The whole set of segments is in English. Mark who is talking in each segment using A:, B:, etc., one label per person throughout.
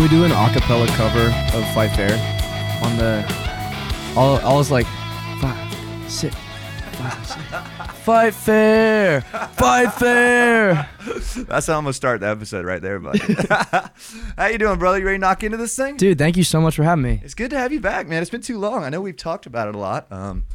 A: we do an acapella cover of Fight Fair on the? All I was like, five, six, five, six. Fight Fair, Fight Fair.
B: That's how I'm gonna start the episode right there, buddy. how you doing, brother? You ready to knock into this thing?
A: Dude, thank you so much for having me.
B: It's good to have you back, man. It's been too long. I know we've talked about it a lot, um,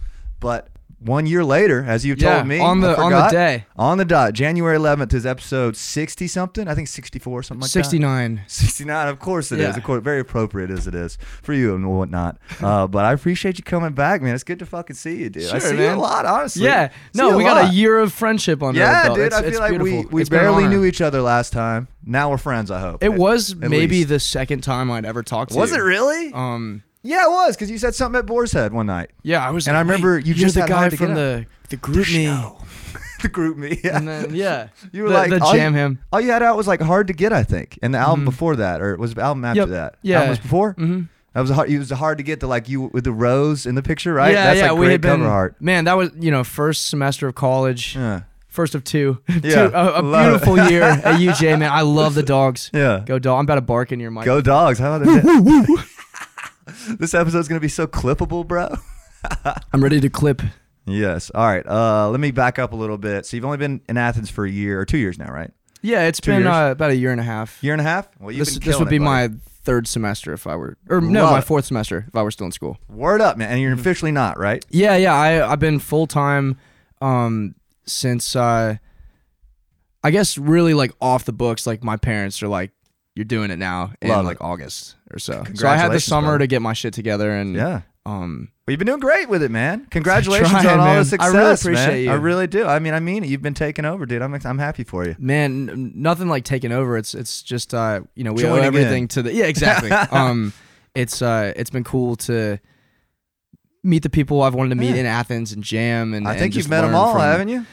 B: but one year later, as you
A: Yeah,
B: told me,
A: on
B: I
A: the- on the
B: forgot,
A: day.
B: on the dot, January 11th is episode 60 something. I think 64 something like that.
A: 69.
B: 69 of course it is.
A: Yeah.
B: of course very appropriate as it is for you and whatnot uh, but i appreciate you coming back man it's good to fucking see you dude
A: Sure,
B: i see
A: man.
B: you a lot honestly
A: Yeah.
B: See you
A: No, we got a
B: lot.
A: year of friendship on
B: yeah
A: our belt.
B: dude
A: It's-
B: i feel
A: it's
B: like we,
A: beautiful.
B: we
A: It's been an
B: barely
A: honor.
B: knew each other last time now we're friends i hope
A: It was
B: At
A: maybe
B: least.
A: the second time I'd ever talked to
B: was
A: you.
B: it really
A: Um,
B: yeah it was because you said something at boar's head one night
A: yeah, I was.
B: And
A: like,
B: I remember
A: "Wait,
B: you
A: you're
B: just
A: the
B: hadn't
A: guy
B: had to get
A: from
B: up."
A: the the group me,
B: the group me yeah.
A: and then yeah,
B: you were
A: the,
B: like
A: the
B: all you-
A: jam him.
B: all you had out was like hard to get i think and the album before that or it was the album after
A: Mm-hmm. Yep.
B: that
A: Yeah.
B: album was before
A: Mm-hmm.
B: That was hard. It was hard to get to like you with the rose in the picture, right?
A: Yeah,
B: That's
A: yeah,
B: like
A: we
B: great
A: had been.
B: cover art.
A: Man, that was you know first semester of college,
B: Yeah,
A: first of two.
B: Yeah,
A: two a, a
B: love it.
A: beautiful year at UJ, man. I love the dogs.
B: yeah. Go,
A: Go dog. I'm about to bark in your mic.
B: dogs. How about that? this episode's gonna be so clippable, bro.
A: I'm ready to clip.
B: yes. All right. Uh, let me back up a little bit. So you've only been in Athens for a year or two years now, right?
A: Yeah, it's
B: Two
A: been
B: years?
A: uh, about a year and a half.
B: Year and a half. Well, you've
A: this
B: been
A: this would
B: killing
A: be
B: it, buddy.
A: my third semester if I were, or no,
B: Love
A: my
B: it.
A: fourth semester if I were still in school.
B: word up, man. And
A: Mm-hmm.
B: you're officially not, right?
A: Yeah, yeah. I I've been full time um since uh I guess really like off the books, like my parents are like, You're doing it now in
B: Love
A: like August or so. So I had the
B: Congratulations,
A: summer
B: brother.
A: to get my shit together and
B: Yeah.
A: um
B: Well, you've been doing great with it, man. Congratulations
A: Trying,
B: on all
A: man.
B: the
A: I
B: success,
A: really appreciate
B: man.
A: you.
B: I really do. I mean, I mean it. You've been taking over, dude. I'm I'm happy for you.
A: man, n- nothing like taking over. It's it's just uh you know, we
B: Joining
A: owe
B: in.
A: everything to the Yeah, exactly. um it's uh it's been cool to meet the people I've wanted to meet
B: Yeah.
A: in Athens and jam and
B: I
A: and
B: think you've
A: just
B: met them
A: learn
B: all,
A: from-
B: haven't you?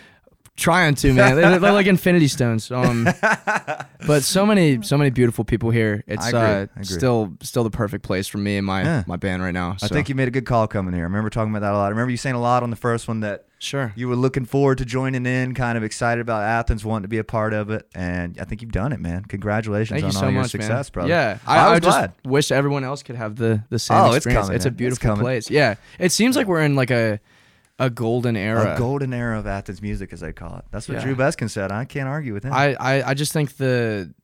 A: Trying to, man. They're, they're like infinity stones. Um but so many so many beautiful people here it's
B: I agree. I
A: uh
B: agree.
A: still still the perfect place for me and my
B: Yeah.
A: my band right now
B: I
A: so.
B: think you made a good call coming here. I remember talking about that a lot. I remember you saying a lot on the first one that
A: sure
B: you were looking forward to joining in, kind of excited about Athens, wanting to be a part of it, and I think you've done it, man. Congratulations
A: thank
B: on
A: you so
B: all your
A: much
B: success,
A: man.
B: brother.
A: yeah
B: I, was
A: just
B: glad.
A: wish everyone else could have the the same
B: Oh, it's
A: experience
B: coming,
A: it's
B: man.
A: a
B: It's
A: beautiful
B: coming.
A: place yeah it seems like we're in like a a golden era
B: A golden era of Athens music, as they call it. That's what
A: Yeah.
B: Drew Beskin said. I can't argue with him.
A: I, I i just think the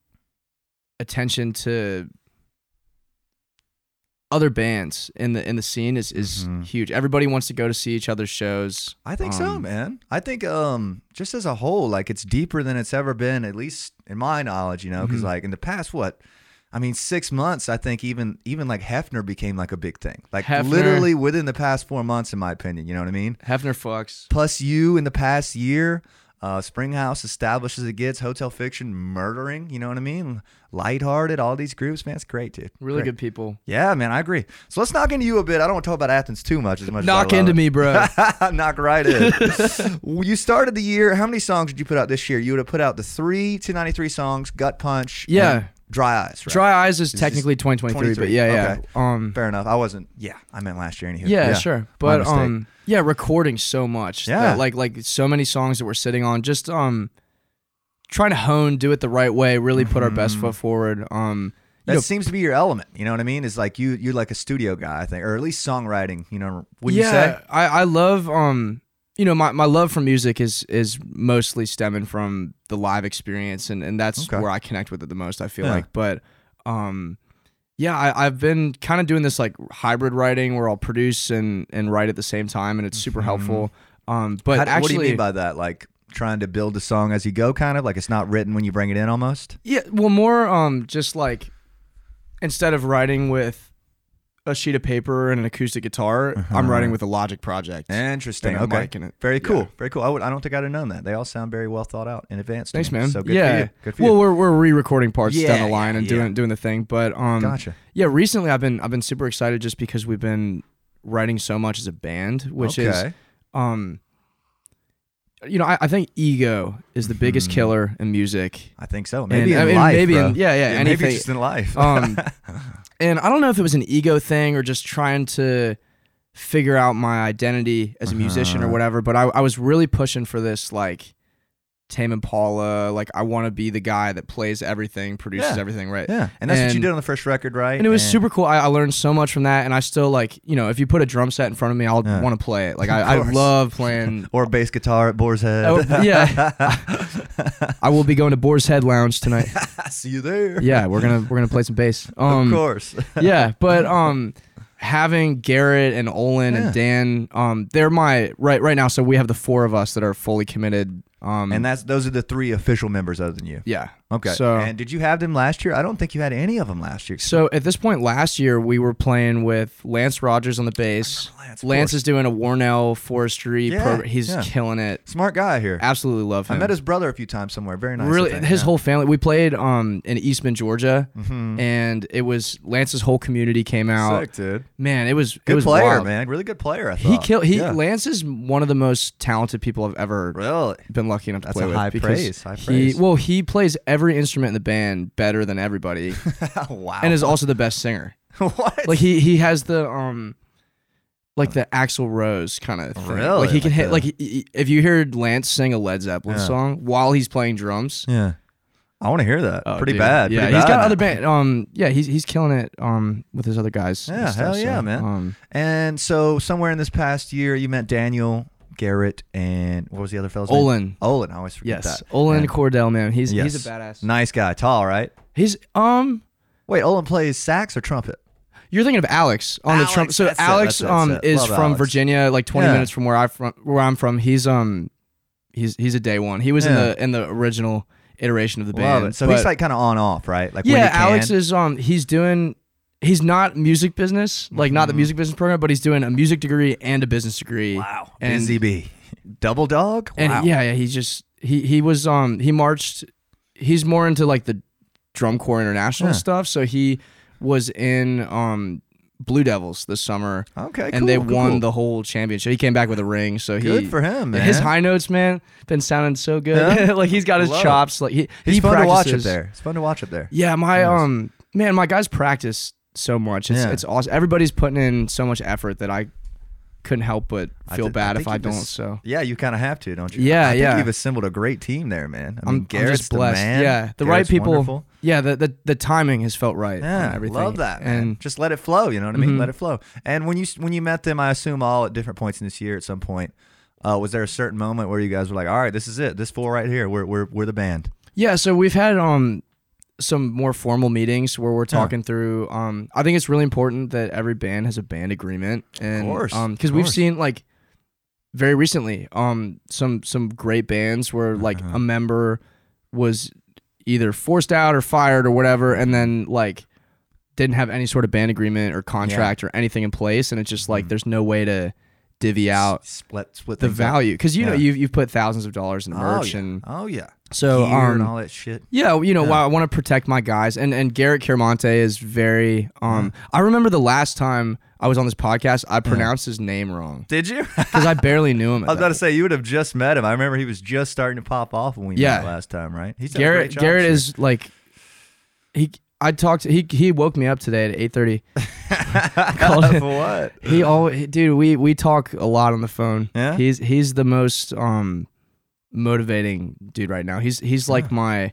A: attention to other bands in the in the scene is is
B: Mhm.
A: huge everybody wants to go to see each other's shows
B: I think so,
A: Um,
B: man. I think um just as a whole, like it's deeper than it's ever been, at least in my knowledge, you know, because
A: Mhm.
B: like in the past, what I mean, six months, I think even even like Hefner became like a big thing, like
A: Hefner.
B: literally within the past four months, in my opinion. You know what I mean?
A: hefner fucks
B: Plus, you in the past year, uh, Springhouse established as it gets, Hotel Fiction murdering. You know what I mean? Lighthearted, all these groups, man, it's great, dude.
A: really
B: Great.
A: good people
B: Yeah, man, I agree. So let's knock into you a bit. I don't want to talk about Athens too much as much. as I
A: knock
B: love
A: into
B: it.
A: me bro
B: Knock right in. Well, you started the year. How many songs did you put out this year? You would have put out the three 293 songs, Gut Punch,
A: Yeah.
B: and Dry Eyes, right?
A: Dry Eyes is
B: It's
A: technically 2023, but
B: 23,
A: yeah, yeah.
B: okay.
A: Um
B: Fair enough. I wasn't. Yeah, I meant last year. Anywho.
A: yeah, sure. But
B: mistake.
A: um yeah, recording so much. that,
B: Yeah.
A: like like so many songs that we're sitting on just um trying to hone, do it the right way, really put our
B: Mm-hmm.
A: best foot forward. Um
B: That
A: you know,
B: seems to be your element. You know what I mean? It's like you, you're like a studio guy, I think, or at least songwriting. You know, would you
A: yeah,
B: say?
A: I I love um you know my, my love for music is is mostly stemming from the live experience and and that's
B: Okay.
A: where I connect with it the most I feel
B: Yeah.
A: like but um yeah I, I've been kind of doing this like hybrid writing where I'll produce and and write at the same time and it's super helpful um but
B: Mm-hmm. How-
A: actually
B: what do you mean by that? Like trying to build a song as you go, kind of like it's not written when you bring it in, almost.
A: Yeah, well, more um, just like instead of writing with a sheet of paper and an acoustic guitar, I'm writing with a Logic project.
B: Uh-huh. Interesting.
A: And a
B: okay.
A: mic in it.
B: Very
A: Yeah.
B: cool. Very cool. I would. I don't think I'd have known that. They all sound very well thought out in advance. to
A: Thanks,
B: me.
A: man.
B: So good
A: yeah.
B: for you. Good for you.
A: well, we're we're re-recording parts down
B: Yeah,
A: the line
B: yeah,
A: and
B: yeah.
A: doing doing the thing, but um,
B: Gotcha.
A: yeah. Recently, I've been I've been super excited just because we've been writing so much as a band, which is
B: okay.
A: um, you know, I, I think ego is the biggest killer in music.
B: I think so. Hmm.
A: And-
B: Maybe in
A: I mean,
B: life,
A: maybe
B: bro.
A: in- yeah, yeah,
B: Maybe
A: anything.
B: just in life.
A: Um, and I don't know if it was an ego thing or just trying to figure out my identity as a musician or
B: Uh-huh.
A: whatever, but I, I was really pushing for this like Tame Impala. Like I want to be the guy that plays everything, produces
B: Yeah.
A: everything, right?
B: Yeah, and that's what you
A: And-
B: did on the first record, right?
A: And it was super cool. I, I learned so much from that, and I still like you know if you put a drum set in front of me, I'll
B: Yeah.
A: want to play it. Like
B: Of
A: I, I
B: course.
A: love playing.
B: Or a bass guitar at Boar's Head.
A: Oh, yeah, I will be going to Boar's Head Lounge tonight.
B: See you there.
A: Yeah, we're gonna we're gonna play some bass.
B: of
A: Um,
B: course.
A: yeah, but um, having Garrett and Olin
B: Yeah.
A: and Dan, um, they're my right right now. So we have the four of us that are fully committed. Um,
B: and that's those are the three official members other than you.
A: yeah.
B: Okay.
A: So
B: and did you have them last year? I don't think you had any of them last year.
A: so at this point last year we were playing with Lance Rogers on the bass.
B: remember Lance,
A: Lance,
B: of course.
A: is doing a Warnell forestry.
B: Yeah,
A: program. He's
B: yeah.
A: killing it.
B: Smart guy here.
A: Absolutely love him.
B: I met his brother a few times somewhere. Very nice. I
A: really
B: think,
A: his
B: yeah. Mm-hmm.
A: whole family we played um in eastman georgia and it was lance's whole community came out
B: Sick, dude.
A: man it was it
B: Good
A: was
B: player,
A: wild.
B: man. Really good player. I thought
A: he killed he
B: Yeah.
A: lance is one of the most talented people i've ever
B: Really.
A: been lucky enough to
B: That's
A: play
B: a
A: with
B: high
A: because
B: praise, high
A: he-
B: praise.
A: well he plays every instrument in the band better than everybody
B: wow.
A: and is also the best singer
B: what?
A: like he he has the um like the Axl Rose kind of thing.
B: Really?
A: Like he can
B: Like
A: hit
B: the-
A: like he- he- if you heard Lance sing a Led Zeppelin
B: Yeah.
A: song while he's playing drums,
B: yeah. I want to hear that.
A: Oh,
B: pretty
A: dude.
B: bad.
A: Yeah,
B: pretty
A: he's
B: bad.
A: got other band. Um, yeah, he's he's killing it. Um, with his other guys. and
B: Yeah,
A: stuff,
B: hell yeah,
A: so,
B: man.
A: Um,
B: And so somewhere in this past year, you met Daniel, Garrett, and what was the other fellow's name?
A: Olin.
B: Olin. I always forget
A: Yes,
B: that.
A: Olin
B: Yeah.
A: Cordell, man. He's
B: Yes.
A: he's a badass.
B: Nice guy. Tall, right?
A: He's um,
B: Wait, Olin plays sax or trumpet?
A: you're thinking of Alex on
B: Alex,
A: the Trump. So
B: that's it,
A: Alex
B: that's it, that's
A: um
B: it.
A: is
B: Love
A: from
B: Alex.
A: Virginia, like 20
B: Yeah.
A: minutes from where I from where I'm from. He's um, he's he's a day one. He was in
B: Yeah.
A: the in the original iteration of the band.
B: Love it. So
A: but-
B: he's like kind of on off, right? Like when
A: yeah,
B: he can.
A: Alex is um, he's doing. He's not music business, like not
B: Mm-hmm.
A: the music business program, but he's doing a music degree and a business degree.
B: wow.
A: and-
B: Busy bee. Double dog.
A: And
B: wow.
A: yeah, yeah, he's just he he was um he marched he's more into like the drum corps international
B: Yeah.
A: stuff. So he was in um Blue Devils this summer
B: Okay.
A: and they
B: cool, cool,
A: won
B: cool.
A: the whole championship. He came back with a ring, so he
B: Good for him, man.
A: His high notes, man, been sounding so good.
B: Yeah?
A: like he's got his
B: Love it.
A: chops. Like he
B: He's
A: he
B: fun to watch up
A: practices-
B: there. It's fun to watch up there.
A: Yeah, my
B: Nice.
A: um man, my guys practice so much. It's
B: Yeah.
A: it's awesome. Everybody's putting in so much effort that I couldn't help but
B: I
A: feel
B: thi- I
A: bad if
B: think
A: I
B: you've
A: don't.
B: as-
A: so
B: Yeah, you kind of have to, don't you?
A: Yeah,
B: I think
A: yeah.
B: You've assembled a great team there, man. I
A: I'm-
B: mean,
A: I'm just
B: Garrett's the
A: blessed.
B: man.
A: Yeah, the right
B: Garrett's
A: people-
B: Wonderful.
A: Yeah, the, the the timing has felt right.
B: Yeah,
A: on everything.
B: love that, man.
A: And
B: just let it flow. You know what I mean?
A: Mhm.
B: Let it flow. And when you when you met them, I assume all at different points in this year, at some point, uh, was there a certain moment where you guys were like, "All right, this is it. This four right here. We're we're we're the band."
A: yeah, so we've had um some more formal meetings where we're talking through. Um, I think it's really important that every band has a band agreement, and
B: course,
A: um,
B: of
A: because we've
B: course.
A: seen like very recently, um, some some great bands where like
B: Uh-huh.
A: a member was either forced out or fired or whatever, and then like didn't have any sort of band agreement or contract or anything in place, and it's just
B: Mm.
A: like there's no way to divvy out
B: Split split
A: the
B: things up.
A: value because you know
B: Yeah.
A: you've, you've put thousands of dollars in
B: Oh
A: merch
B: yeah.
A: and
B: oh yeah.
A: so
B: Gear and
A: um,
B: all that shit.
A: yeah you know while i want to protect my guys and and garrett Caramonte is very um
B: Mm-hmm.
A: i remember the last time i was on this podcast i pronounced his name wrong
B: Did you?
A: because i barely knew him at
B: I was
A: that
B: about to say you would have just met him. I remember he was just starting to pop off when we
A: Yeah.
B: met last time, right? He's done a
A: Garrett
B: great job
A: Garrett
B: this year.
A: is like he I talked he he woke me up today at eight thirty. called it-
B: for what?
A: He always dude we we talk a lot on the phone.
B: Yeah?
A: He's he's the most um motivating dude right now. He's he's like my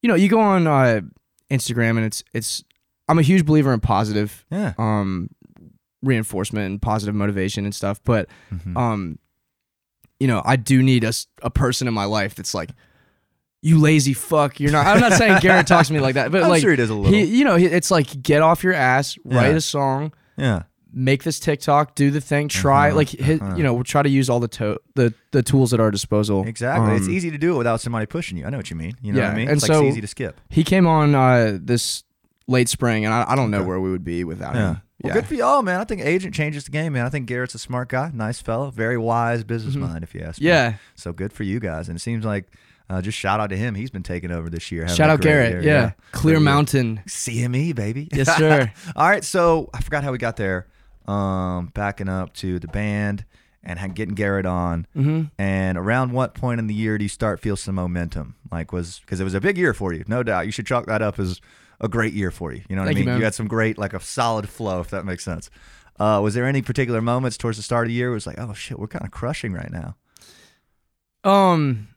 A: you know, you go on uh Instagram and it's it's I'm a huge believer in positive
B: Yeah.
A: um reinforcement and positive motivation and stuff, but
B: Mm-hmm.
A: um you know i do need a, s- a person in my life that's like you lazy fuck you're not i'm not saying garrett talks to me like that but
B: I'm
A: like
B: sure he does a little.
A: you know he, it's like get off your ass write
B: Yeah.
A: a song
B: yeah.
A: make this tiktok do the thing try
B: Uh-huh,
A: like hit,
B: uh-huh.
A: you know we'll try to use all the to- the the tools at our disposal
B: Exactly. it's e-,
A: Um,
B: easy to do it without somebody pushing you. I know what you mean. You know what
A: Yeah,
B: I mean?
A: and
B: it's like
A: so-
B: it's easy to skip.
A: he came on uh this late spring and i, I don't know
B: Okay.
A: where we would be without
B: Yeah.
A: him yeah
B: Well, good for y'all, man. I think agent changes the game, man. I think Garrett's a smart guy, nice fella, very wise business mind, if you ask me.
A: Mm-hmm. yeah
B: So good for you guys. And it seems like uh, just shout out to him. He's been taking over this year. having
A: shout
B: a
A: out
B: great
A: garrett
B: year.
A: yeah, clear
B: Great year.
A: mountain
B: CME, E, baby.
A: Yes, sir.
B: All right. So I forgot how we got there. Um, backing up to the band and ha- getting Garrett on.
A: mm-hmm.
B: And around what point in the year do you start feel some momentum? Like was because it was a big year for you, no doubt. You should chalk that up as a great year for you. You know what
A: Thank
B: I
A: you,
B: mean?
A: man.
B: had some great like a solid flow, if that makes sense. Uh, was there any particular moments towards the start of the year? Where it was like, oh shit, we're kind of crushing right now.
A: Um,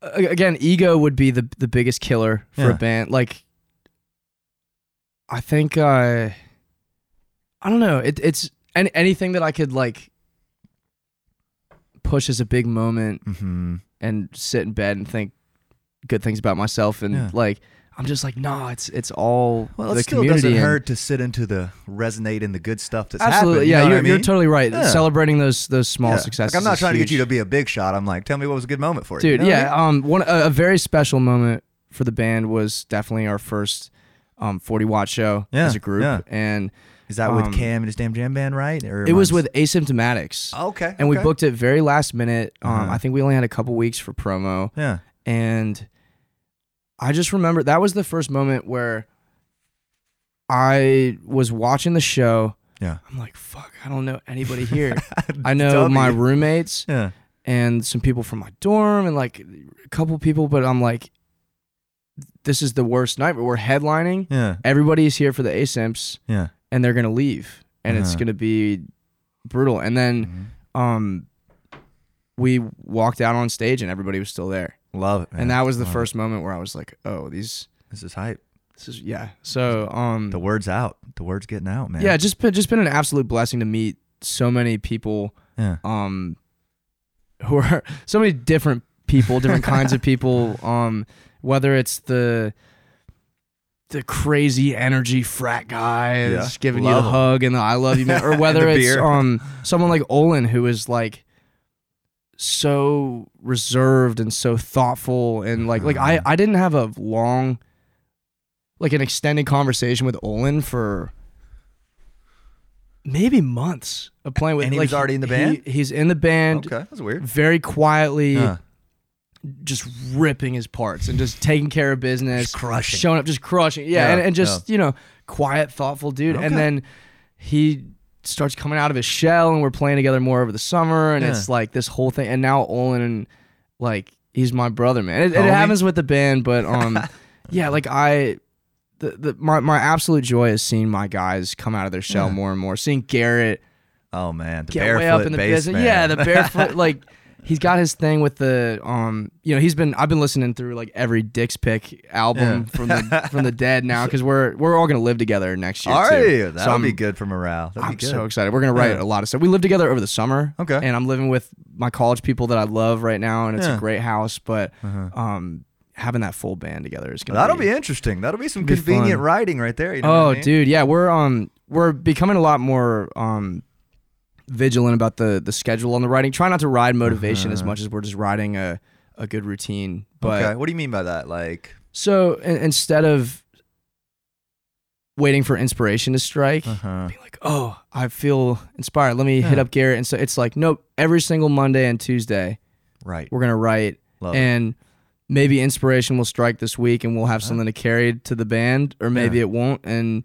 A: a- again, ego would be the the biggest killer for a
B: Yeah.
A: band. Like, I think I, I don't know. It, it's any, anything that I could like push as a big moment
B: Mm-hmm.
A: and sit in bed and think good things about myself and
B: Yeah.
A: like I'm just like nah it's it's all
B: Well, it
A: the
B: still
A: community
B: doesn't
A: and-
B: hurt to sit into the resonate in the good stuff that's
A: absolutely
B: happened. you
A: yeah
B: know what
A: you're,
B: I
A: you're
B: mean?
A: totally right
B: Yeah.
A: celebrating those those small
B: Yeah.
A: successes
B: Like, I'm not
A: is
B: trying to get you
A: huge.
B: to be a big shot. I'm like, tell me what was a good moment for you.
A: dude
B: You know what I
A: yeah um one a, a very special moment for the band was definitely our first um 40 watt show
B: Yeah,
A: as a group
B: yeah.
A: and
B: mean? Is that with
A: um,
B: Cam and his damn jam band, right? Or
A: it was
B: am I-
A: with asymptomatics
B: Okay.
A: and we
B: Oh, okay.
A: booked it very last minute um
B: Uh-huh.
A: i think we only had a couple weeks for promo
B: Yeah.
A: and I just remember that was the first moment where I was watching the show.
B: Yeah.
A: I'm like, fuck, I don't know anybody here. I know my
B: Dummy.
A: roommates
B: Yeah.
A: and some people from my dorm and like a couple people, but I'm like, this is the worst night. But we're headlining.
B: Yeah.
A: Everybody's here for the ASIMPs
B: Yeah.
A: and they're gonna leave. And it's
B: Uh-huh.
A: gonna be brutal. And then
B: Mhm.
A: um we walked out on stage and everybody was still there
B: Love it. Man.
A: and that was the
B: Love it.
A: first moment where I was like, "Oh, these,
B: This is hype.
A: this is yeah." So, um,
B: The word's out. The word's getting out, man.
A: yeah, just been just been an absolute blessing to meet so many people,
B: Yeah.
A: um, who are so many different people, different kinds of people, um, whether it's the the crazy energy frat guy that's
B: Yeah.
A: giving you
B: Love
A: the
B: 'em.
A: hug and the I love you man, or
B: And
A: whether
B: the
A: it's
B: beer.
A: um someone like Olin who is like so reserved and so thoughtful and like like I
B: Mhm.
A: I didn't have a long like an extended conversation with Olin for maybe months of playing with
B: And he
A: like,
B: was already in the band?
A: he- he's in the band
B: Okay. That's weird.
A: very quietly
B: Yeah.
A: just ripping his parts and just taking care of business,
B: Just crushing.
A: showing up, just crushing. Yeah,
B: Yeah,
A: and, and just you know, quiet, thoughtful dude.
B: Okay.
A: And then he starts coming out of his shell, and we're playing together more over the summer, and
B: Yeah.
A: it's like this whole thing. And now Olin and like he's my brother, man. It, it
B: Homie?
A: happens with the band, but um, yeah, like I. The, the, my, my absolute joy is seeing my guys come out of their shell
B: Yeah.
A: more and more. Seeing Garrett
B: Oh man. The
A: get
B: barefoot
A: way up in the
B: bass
A: business.
B: man.
A: Yeah, the barefoot like he's got his thing with the um you know, he's been I've been listening through like every Dick's Pick album
B: Yeah.
A: from the from the dead now cuz we're we're all going to live together next year
B: All
A: too.
B: right.
A: So
B: That'll be
A: I'm-
B: good for morale. That'd
A: I'm
B: be good.
A: so excited. We're going to write
B: Yeah.
A: a lot of stuff. We live together over the summer.
B: Okay.
A: And I'm living with my college people that I love right now and it's
B: Yeah.
A: a great house, but
B: Uh-huh.
A: um having that full band together is going to
B: That'll be interesting. That'll be some
A: Be
B: convenient
A: fun.
B: writing right there. You know
A: Oh,
B: what I mean?
A: dude, yeah, we're um we're becoming a lot more um vigilant about the the schedule on the writing. Try not to ride motivation as
B: Uh-huh.
A: much as we're just riding a a good routine. But
B: okay. What do you mean by that? Like,
A: so in, instead of waiting for inspiration to strike,
B: uh-huh.
A: being like, "Oh, I feel inspired. Let me hit
B: Yeah.
A: up Garrett." And so it's like, "Nope, every single Monday and Tuesday,
B: right.
A: we're going to write
B: Love it.
A: and maybe inspiration will strike this week and we'll have
B: Uh-huh.
A: something to carry to the band or maybe it won't and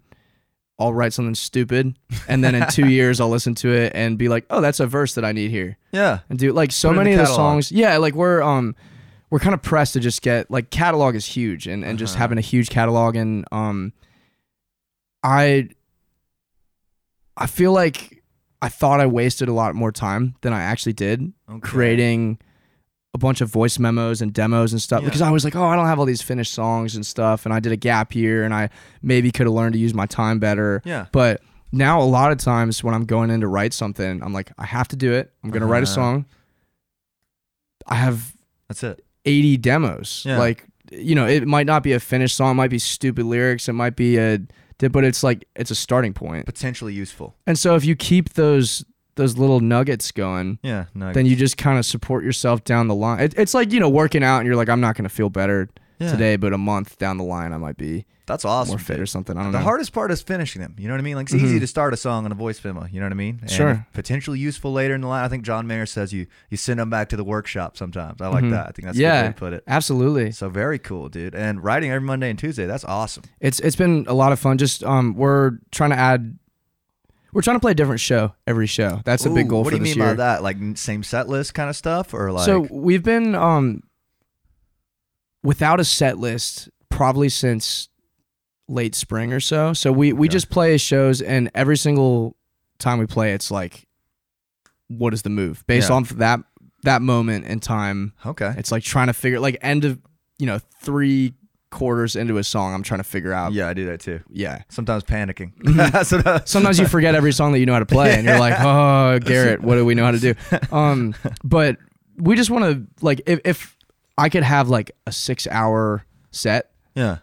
A: I'll write something stupid and then in 2 years I'll listen to it and be like, "Oh, that's a verse that I need here."
B: Yeah.
A: And do like so
B: Put it in
A: many
B: the
A: of the
B: catalog.
A: songs. Yeah, like we're um we're kind of pressed to just get like catalog is huge and and just
B: Uh-huh.
A: having a huge catalog and um I I feel like I thought I wasted a lot more time than I actually did
B: Okay.
A: creating a bunch of voice memos and demos and stuff
B: Yeah.
A: because I was like, oh, I don't have all these finished songs and stuff, and I did a gap year, and I maybe could have learned to use my time better.
B: Yeah.
A: But now a lot of times when I'm going in to write something, I'm like, I have to do it. I'm gonna write a
B: Uh-huh.
A: song. I have
B: That's it.
A: 80 demos.
B: Yeah.
A: Like, you know, it might not be a finished song, it might be stupid lyrics, it might be a, but it's like it's a starting point.
B: Potentially useful.
A: And so if you keep those those little nuggets going
B: Yeah. No.
A: then you just kind of support yourself down the line. It, it's like you know working out, and you're like, I'm not gonna feel better
B: yeah.
A: today, but a month down the line, I might be
B: That's awesome.
A: more fit or
B: dude.
A: something. I don't know.
B: The
A: Mm-hmm.
B: hardest part is finishing them. You know what I mean? Like it's easy to start a song on a voice memo. You know what I mean? And
A: Sure.
B: if Potentially useful later in the line. I think John Mayer says you you send them back to the workshop sometimes. I like
A: Mhm.
B: that. I think that's a
A: Yeah.
B: good way to put it.
A: Absolutely,
B: So very cool, dude. And writing every Monday and Tuesday. That's awesome.
A: it's it's been a lot of fun. Just um, we're trying to add, we're trying to play a different show every show. That's a big
B: Ooh,
A: goal
B: What
A: for
B: do you
A: this
B: mean
A: year.
B: by that? Like n- same set list kind of stuff, or like
A: so we've been um, without a set list probably since late spring or so. So we we
B: Okay.
A: just play shows, and every single time we play, it's like, what is the move based
B: Yeah.
A: off that that moment in time.
B: Okay.
A: It's like trying to figure like end of you know three quarters into a song. I'm trying to figure out.
B: Yeah, I do that too.
A: yeah.
B: Sometimes panicking.
A: Mm-hmm.
B: Sometimes-
A: Sometimes you forget every song that you know how to play, and you're like, "Oh, Garrett, what do we know how to do?" Um, but we just want to like if, if I could have like a six hour set
B: yeah.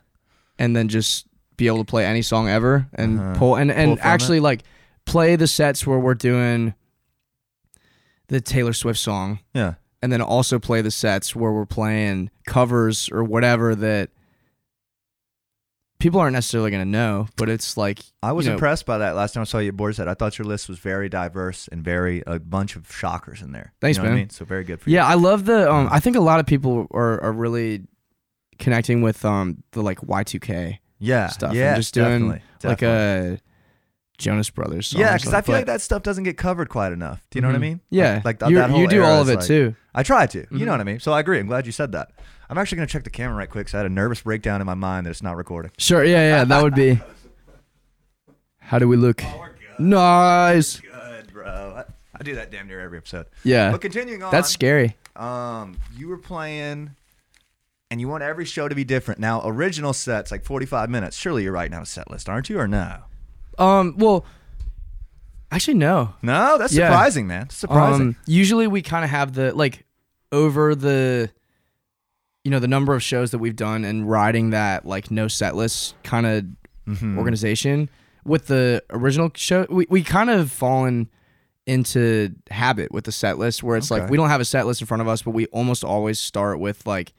A: and then just be able to play any song ever and
B: Uh-huh.
A: pull and, and
B: from
A: actually like play the sets where we're doing the Taylor Swift song
B: Yeah.
A: and then also play the sets where we're playing covers or whatever that people aren't necessarily going to know but it's like
B: I was
A: you know,
B: impressed by that last time I saw you at Boar's Head. I thought your list was very diverse and very a bunch of shockers in there.
A: Thanks,
B: you know What I
A: man.
B: mean? So very good for you.
A: yeah I love the um I think a lot of people are are really connecting with um the like Y2K
B: Yeah.
A: stuff
B: Yeah.
A: and just doing
B: definitely,
A: like
B: definitely.
A: a Jonas Brothers song
B: Yeah,
A: or
B: because I
A: something,
B: feel
A: but-
B: like that stuff doesn't get covered quite enough. Do you know what I
A: Mhm.
B: mean?
A: Yeah,
B: Like, like
A: You-
B: that whole
A: you do
B: era
A: all of
B: is
A: it
B: like-
A: too.
B: I try to. You
A: Mhm.
B: know what I mean? So I agree. I'm glad you said that. I'm actually going to check the camera right quick because I had a nervous breakdown in my mind that it's not recording.
A: Sure. Yeah, yeah. That would be. How do we look?
B: Oh,
A: Nice.
B: Good, bro. I, I do that damn near every episode.
A: Yeah.
B: But continuing on,
A: Uh, That's scary.
B: um, you were playing and you want every show to be different. Now, original sets, like 45 minutes. Surely you're writing out a set list, aren't you? Or no?
A: Um. Well, actually, no.
B: No, that's
A: Yeah.
B: surprising, man. That's surprising.
A: Um. Usually, we kind of have the like over the, you know, the number of shows that we've done and riding that like no set list kind of
B: Mm-hmm.
A: organization with the original show. We we kind of fallen into habit with the set list where it's
B: Okay.
A: like we don't have a set list in front of us, but we almost always start with like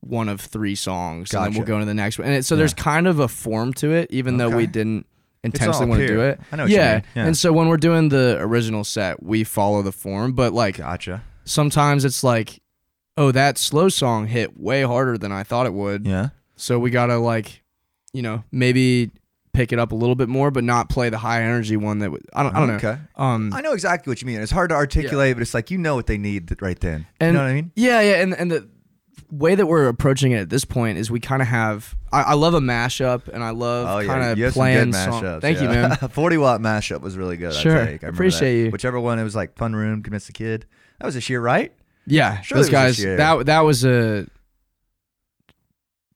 A: one of three songs, and then we'll
B: Gotcha.
A: go into the next one. And it, so there's kind of a form to it, even though we
B: Okay.
A: didn't
B: all
A: intentionally want to
B: up
A: do
B: here.
A: it.
B: I know what you
A: yeah.
B: mean. Yeah.
A: And so when we're doing the original set, we follow the form, but like
B: Gotcha.
A: sometimes it's like, oh, that slow song hit way harder than I thought it would.
B: Yeah.
A: So we gotta like, you know, maybe pick it up a little bit more, but not play the high energy one that w- I don't. I don't know.
B: Okay.
A: Um.
B: I know exactly what you mean. It's hard to articulate, but it's like you know what they need th- right then. you
A: And-
B: know what I mean?
A: Yeah, yeah, and and the way that we're approaching it at this point is we kind of have. I, I love a mashup, and I love kind of
B: Oh, You have some good
A: playing song.
B: mashups,
A: Thank you,
B: yeah.
A: man.
B: 40 watt mashup was really good.
A: Sure.
B: I take. I remember
A: Appreciate
B: that.
A: you.
B: Whichever one it was like fun room, convince the kid. That was this year, right?
A: Yeah,
B: Surely
A: those
B: it was
A: guys.
B: this year.
A: That that was a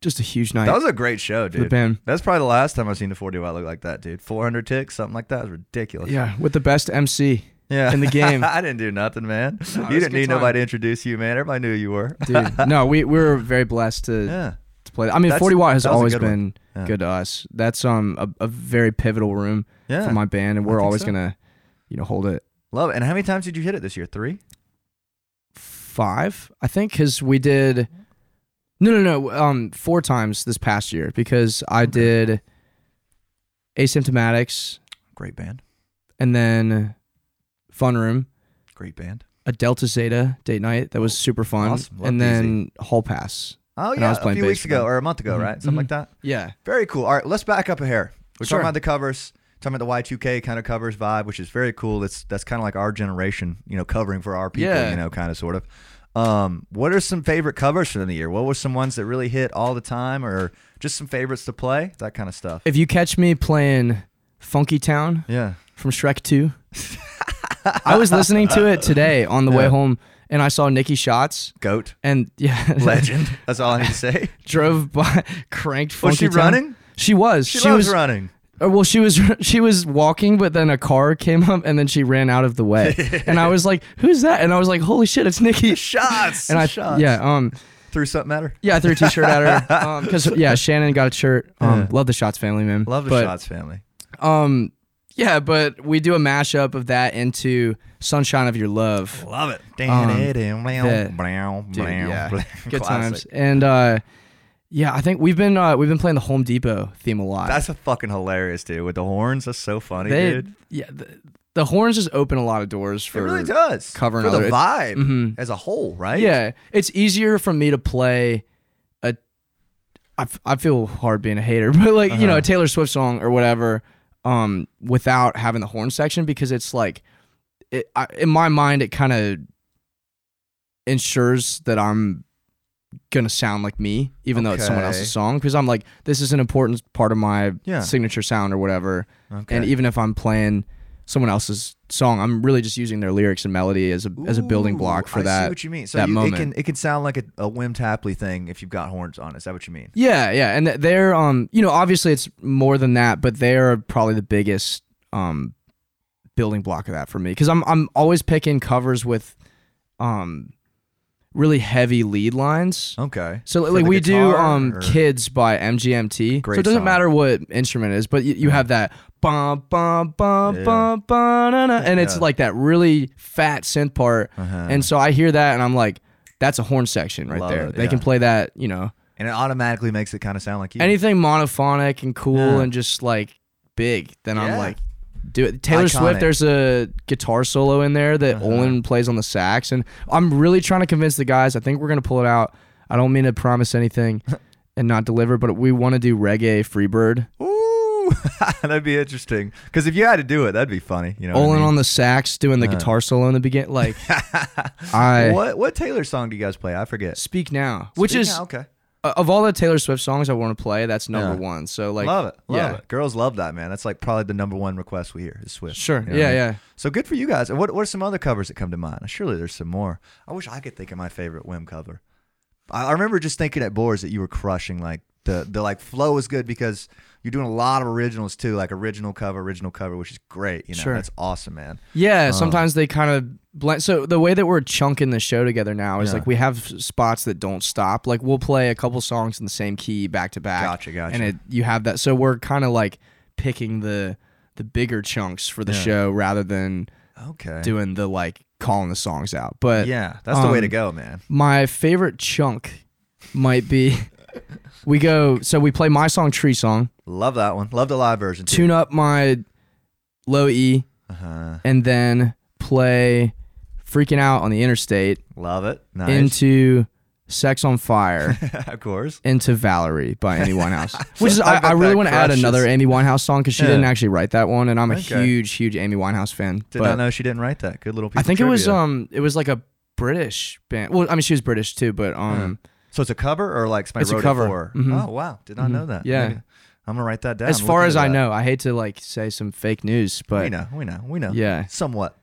A: just a huge night
B: That was a great show,
A: for the
B: dude.
A: band.
B: That's probably the last time I've seen the 40 watt look like that, dude. 400 ticks, something like that. It was ridiculous.
A: Yeah, with the best
B: Oh,
A: MC.
B: Yeah.
A: in the game.
B: I didn't do nothing,
A: No,
B: man.
A: it was
B: you
A: a
B: didn't
A: good
B: need
A: time.
B: nobody to introduce you, man. Everybody knew who you were.
A: Dude, no, we, we were very blessed to,
B: yeah.
A: to play. I mean,
B: That's-
A: 40 Watt has
B: that was a
A: always
B: good one.
A: been
B: Yeah.
A: good to us. That's um a, a very pivotal room.
B: Yeah.
A: for my band, and
B: I
A: we're
B: think
A: always
B: so.
A: gonna, you know, hold it
B: Love it. And how many times did you hit it this year? Three?
A: five, I think, because we did. No, no, no. Um, four times this past year because I did Asymptomatics
B: Great band.
A: and then Fun Room,
B: Great band.
A: a Delta Zeta date night that was super fun,
B: Awesome. Love
A: and then Hall Pass.
B: Oh,
A: And I
B: yeah.
A: was
B: A
A: playing
B: few
A: bass
B: weeks
A: for
B: ago
A: them.
B: or a month ago,
A: Mhm.
B: right? Something like that.
A: Yeah,
B: Very cool. All right, let's back up a hair. We're
A: Sure.
B: talking about the covers, talking about the Y2K kind of covers vibe, which is very cool. That's that's kind of like our generation, you know, covering for our people,
A: Yeah.
B: you know, kind of sort of. Um, what are some favorite covers from the year? What were some ones that really hit all the time, or just some favorites to play? That kind of stuff.
A: if you catch me playing Funky Town,
B: Yeah,
A: from Shrek 2. I was listening to it today on the way
B: Yeah.
A: home and I saw Nikki Shots
B: goat,
A: and yeah,
B: legend. that's all I need to say.
A: drove by cranked funky
B: Was she
A: Town.
B: running?
A: She was.
B: She,
A: She,
B: loves
A: was
B: running.
A: uh, well she was she was walking but then a car came up and then she ran out of the way. and I was like, "Who's that?" And I was like, "Holy shit, it's Nikki."
B: Shots
A: And I
B: shots.
A: yeah, um
B: threw something at her.
A: yeah, I threw a t-shirt at her um, cuz yeah, Shannon got a shirt. Um
B: Yeah.
A: love the Shots family, man.
B: Love the
A: But,
B: shots family.
A: Um yeah, but we do a mashup of that into Sunshine of Your Love.
B: Love it. eh,
A: Um,
B: Brown, brown,
A: Dude, yeah.
B: brown.
A: good
B: Classic.
A: times and uh yeah i think we've been uh we've been playing the home depot theme a lot
B: That's a fucking hilarious, dude. With the horns, that's so funny,
A: they
B: dude.
A: yeah the, the horns just open a lot of doors
B: It
A: for
B: really does
A: covering
B: for the
A: other-
B: vibe
A: Mhm.
B: as a whole, right?
A: yeah it's easier for me to play a i, f- I feel hard being a hater but like you know
B: Uh-huh.
A: a taylor swift song or whatever um without having the horn section because it's like it, I, in my mind it kind of ensures that i'm gonna sound like me even though it's someone
B: Okay.
A: else's song because i'm like this is an important part of my
B: Yeah.
A: signature sound or whatever
B: Okay.
A: and even if i'm playing someone else's song. I'm really just using their lyrics and melody as a as a building
B: Ooh,
A: block for
B: I
A: that.
B: See what you mean. So
A: that
B: you,
A: moment.
B: it can it can sound like a, a Wim Tapley thing if you've got horns on. Is that what you mean?
A: Yeah, yeah, and th- they're um, you know, obviously it's more than that, but they are probably the biggest um building block of that for me because I'm I'm always picking covers with um really heavy lead lines.
B: Okay.
A: So
B: Oh, For
A: like
B: the
A: we do
B: guitar,
A: um
B: or-
A: "Kids" by MGMT. so
B: Great
A: it doesn't
B: song.
A: matter what instrument it is, but you, you have that bum bum bum
B: Yeah.
A: bum bum na, na, and it's
B: Yeah.
A: like that really fat synth part.
B: Uh-huh.
A: And so I hear that and I'm like, that's a horn section right
B: Love
A: there.
B: it,
A: They can
B: yeah.
A: play that, you know
B: and it automatically makes it kind of sound like you.
A: anything monophonic and cool
B: Yeah.
A: and just like big, then I'm
B: Yeah.
A: like, do it. Taylor
B: Iconic. Uh-huh.
A: Swift, there's a guitar solo in there that Olin plays on the sax, and I'm really trying to convince the guys. I think we're gonna pull it out. I don't mean to promise anything and not deliver, but we want to do reggae Freebird.
B: Ooh, that'd be interesting. Because if you had to do it, that'd be funny. You know. what I
A: Olin
B: mean? Uh.
A: on the sax doing the guitar solo in the beginning. Like I
B: what what Taylor song do you guys play? I forget.
A: speak now, which
B: Speak
A: is
B: Now, okay.
A: uh, of all the Taylor Swift songs I want to play, that's number
B: Yeah.
A: one. So like,
B: love it, love
A: yeah.
B: it. Girls love that man. That's like probably the number one request we hear is Swift.
A: Sure,
B: You know what
A: yeah,
B: I mean?
A: yeah.
B: So good for you guys. And What what are some other covers that come to mind? Surely there's some more. I wish I could think of my favorite Wim cover. I, I remember just thinking at Boars that you were crushing like the the like flow is good because you're doing a lot of originals too, like original cover, original cover, which is great. You know,
A: Sure.
B: that's awesome, man.
A: Yeah, sometimes they kind of blend. So the way that we're chunking the show together now is
B: Yeah.
A: like we have s- spots that don't stop. Like we'll play a couple songs in the same key back to back.
B: Gotcha, gotcha.
A: And it, you have that. So we're kind of like picking the the bigger chunks for the show rather than
B: Okay.
A: doing the like calling the songs out. But
B: yeah, that's the way to
A: um,
B: go, man.
A: my favorite chunk might be we go. So we play my song Tree Song,
B: Love that one. Love the live version too.
A: tune up my low E,
B: Uh-huh.
A: and then play freaking out on the interstate.
B: Love it. Nice.
A: into Sex on Fire,
B: of course.
A: into Valerie by Amy Winehouse. Which is,
B: I
A: I, I,
B: bet
A: really
B: that
A: want to add
B: crushes.
A: another Amy Winehouse song because she
B: Yeah.
A: didn't actually write that one, and I'm a
B: Okay.
A: huge, huge Amy Winehouse fan.
B: Did
A: but
B: not know she didn't write that. Good little piece.
A: I think it
B: of
A: was
B: trivia.
A: um, it was like a British band. Well, I mean, she was British too, but um,
B: So it's a cover or like somebody
A: It's a
B: wrote
A: cover.
B: it for? her?
A: Mhm.
B: Oh wow, did not know that.
A: Yeah.
B: Maybe- I'm gonna write that down.
A: as
B: Look
A: far
B: into
A: as I
B: that.
A: know, I hate to like say some fake news,
B: we
A: but
B: know, we know, we know.
A: Yeah.
B: somewhat.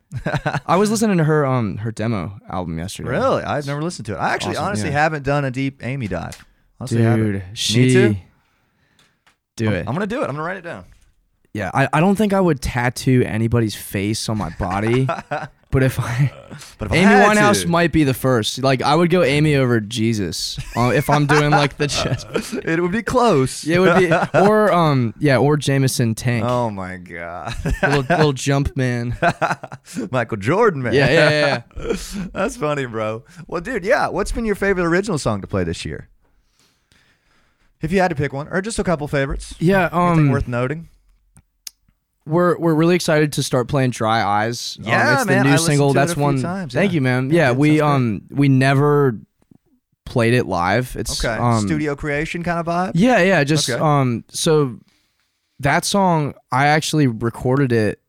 A: I was listening to her um her demo album yesterday.
B: really, I've never listened to it. I actually,
A: Awesome,
B: honestly,
A: yeah.
B: haven't done a deep Amy dive. Honestly, I haven't.
A: dude? She
B: too? Oh,
A: do it.
B: I'm gonna do it. I'm gonna write it down.
A: Yeah, I, I don't think I would tattoo anybody's face on my body, but if I,
B: But if I
A: Amy
B: had
A: Winehouse
B: to-
A: might be the first. Like I would go Amy over Jesus uh, if I'm doing like the chest.
B: it would be close.
A: It would be or um yeah or Jameson Tank,
B: Oh my god,
A: little, little jump man. Yeah,
B: Michael Jordan, man.
A: yeah, yeah. yeah.
B: That's funny, bro. Well, dude, yeah. What's been your favorite original song to play this year? If you had to pick one, or just a couple favorites,
A: Yeah,
B: anything
A: um,
B: worth noting?
A: we're we're really excited to start playing Dry Eyes. Um,
B: Yeah,
A: it's
B: man,
A: the
B: I
A: new
B: listened
A: single.
B: to it
A: That's
B: a few
A: one.
B: times,
A: Thank
B: yeah.
A: you, man.
B: Yeah,
A: Yeah,
B: dude, sounds
A: we
B: great.
A: um we never played it live. It's
B: Okay,
A: um,
B: studio creation kind of vibe.
A: Yeah, yeah. Just
B: Okay.
A: um so that song I actually recorded it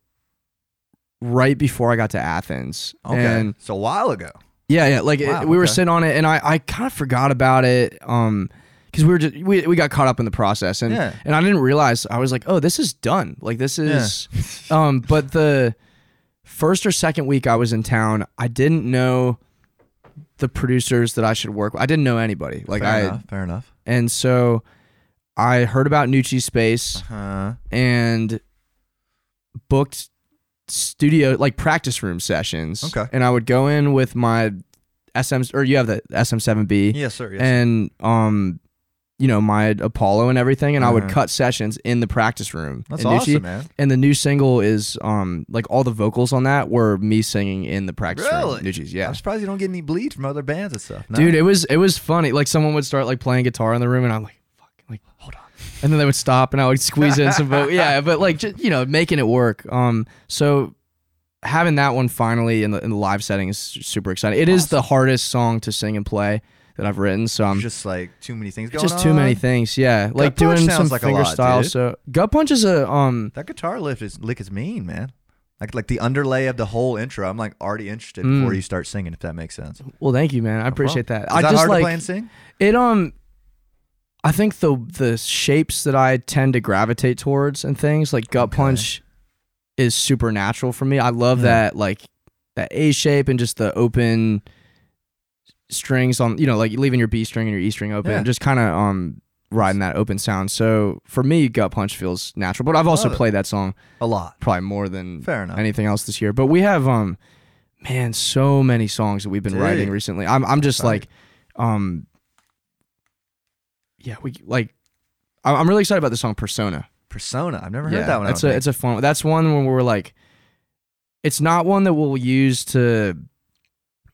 A: right before I got to Athens.
B: Okay,
A: And
B: so a while ago.
A: yeah, yeah. Like it-
B: Wow,
A: we were
B: okay.
A: sitting on it and I, I kind of forgot about it. Um because we were just we, we got caught up in the process and
B: Yeah.
A: and I didn't realize I was like, oh, this is done. Like this is um but the first or second week I was in town, I didn't know the producers that I should work with. I didn't know anybody. Like
B: fair
A: I
B: enough. Fair enough.
A: and so I heard about Nucci Space
B: Huh.
A: and booked studio like practice room sessions.
B: Okay.
A: And I would go in with my SM or you have the SM7B
B: Yes, sir. Yes. sir.
A: and um you know my Apollo and everything and I would
B: Uh-huh.
A: cut sessions in the practice room.
B: That's
A: in Nucci.
B: awesome, man.
A: And the new single is um like all the vocals on that were me singing in the practice
B: Really?
A: room. Nucci's, yeah.
B: I'm surprised you don't get any bleed from other bands and stuff. No?
A: Dude, it was it was funny. Like someone would start like playing guitar in the room, and I'm like, "Fuck!" Like, hold on. And then they would stop, and I would squeeze in some vote. Yeah, but like, just, you know, making it work. Um, so having that one finally in the in the live setting is su- super exciting. It is the hardest song to sing and play that I've written. So I'm
B: There's
A: just,
B: just like too many things going on.
A: um, too many things. Yeah, like
B: Punch
A: doing
B: sounds
A: some
B: like a
A: finger
B: lot,
A: style.
B: dude.
A: So gut punch is a um.
B: That guitar lift is lick is mean, man. Like like the underlay of the whole intro. I'm like already interested
A: Mm.
B: before you start singing, if that makes sense. Well,
A: Well, thank you, man. I appreciate that.
B: Is
A: I
B: that
A: just
B: hard
A: like
B: to play and sing?
A: It um I think the the shapes that I tend to gravitate towards and things like gut
B: Okay.
A: punch is supernatural for me. I love that like that A shape and just the open strings on you know like leaving your B string and your E string open
B: Yeah.
A: and just kind of um riding that open sound. So for me, gut punch feels natural. But I've also
B: Love it.
A: played that song
B: a lot.
A: probably more than
B: Fair enough.
A: anything else this year. But we have um man, so many songs that we've been
B: Dude.
A: writing recently. I'm I'm just
B: Sorry.
A: like um yeah, we like I- I'm really excited about the song Persona.
B: Persona. I've never
A: yeah,
B: heard that one. I
A: that's
B: don't
A: a
B: think.
A: it's a fun. That's one when we're like, it's not one that we'll use to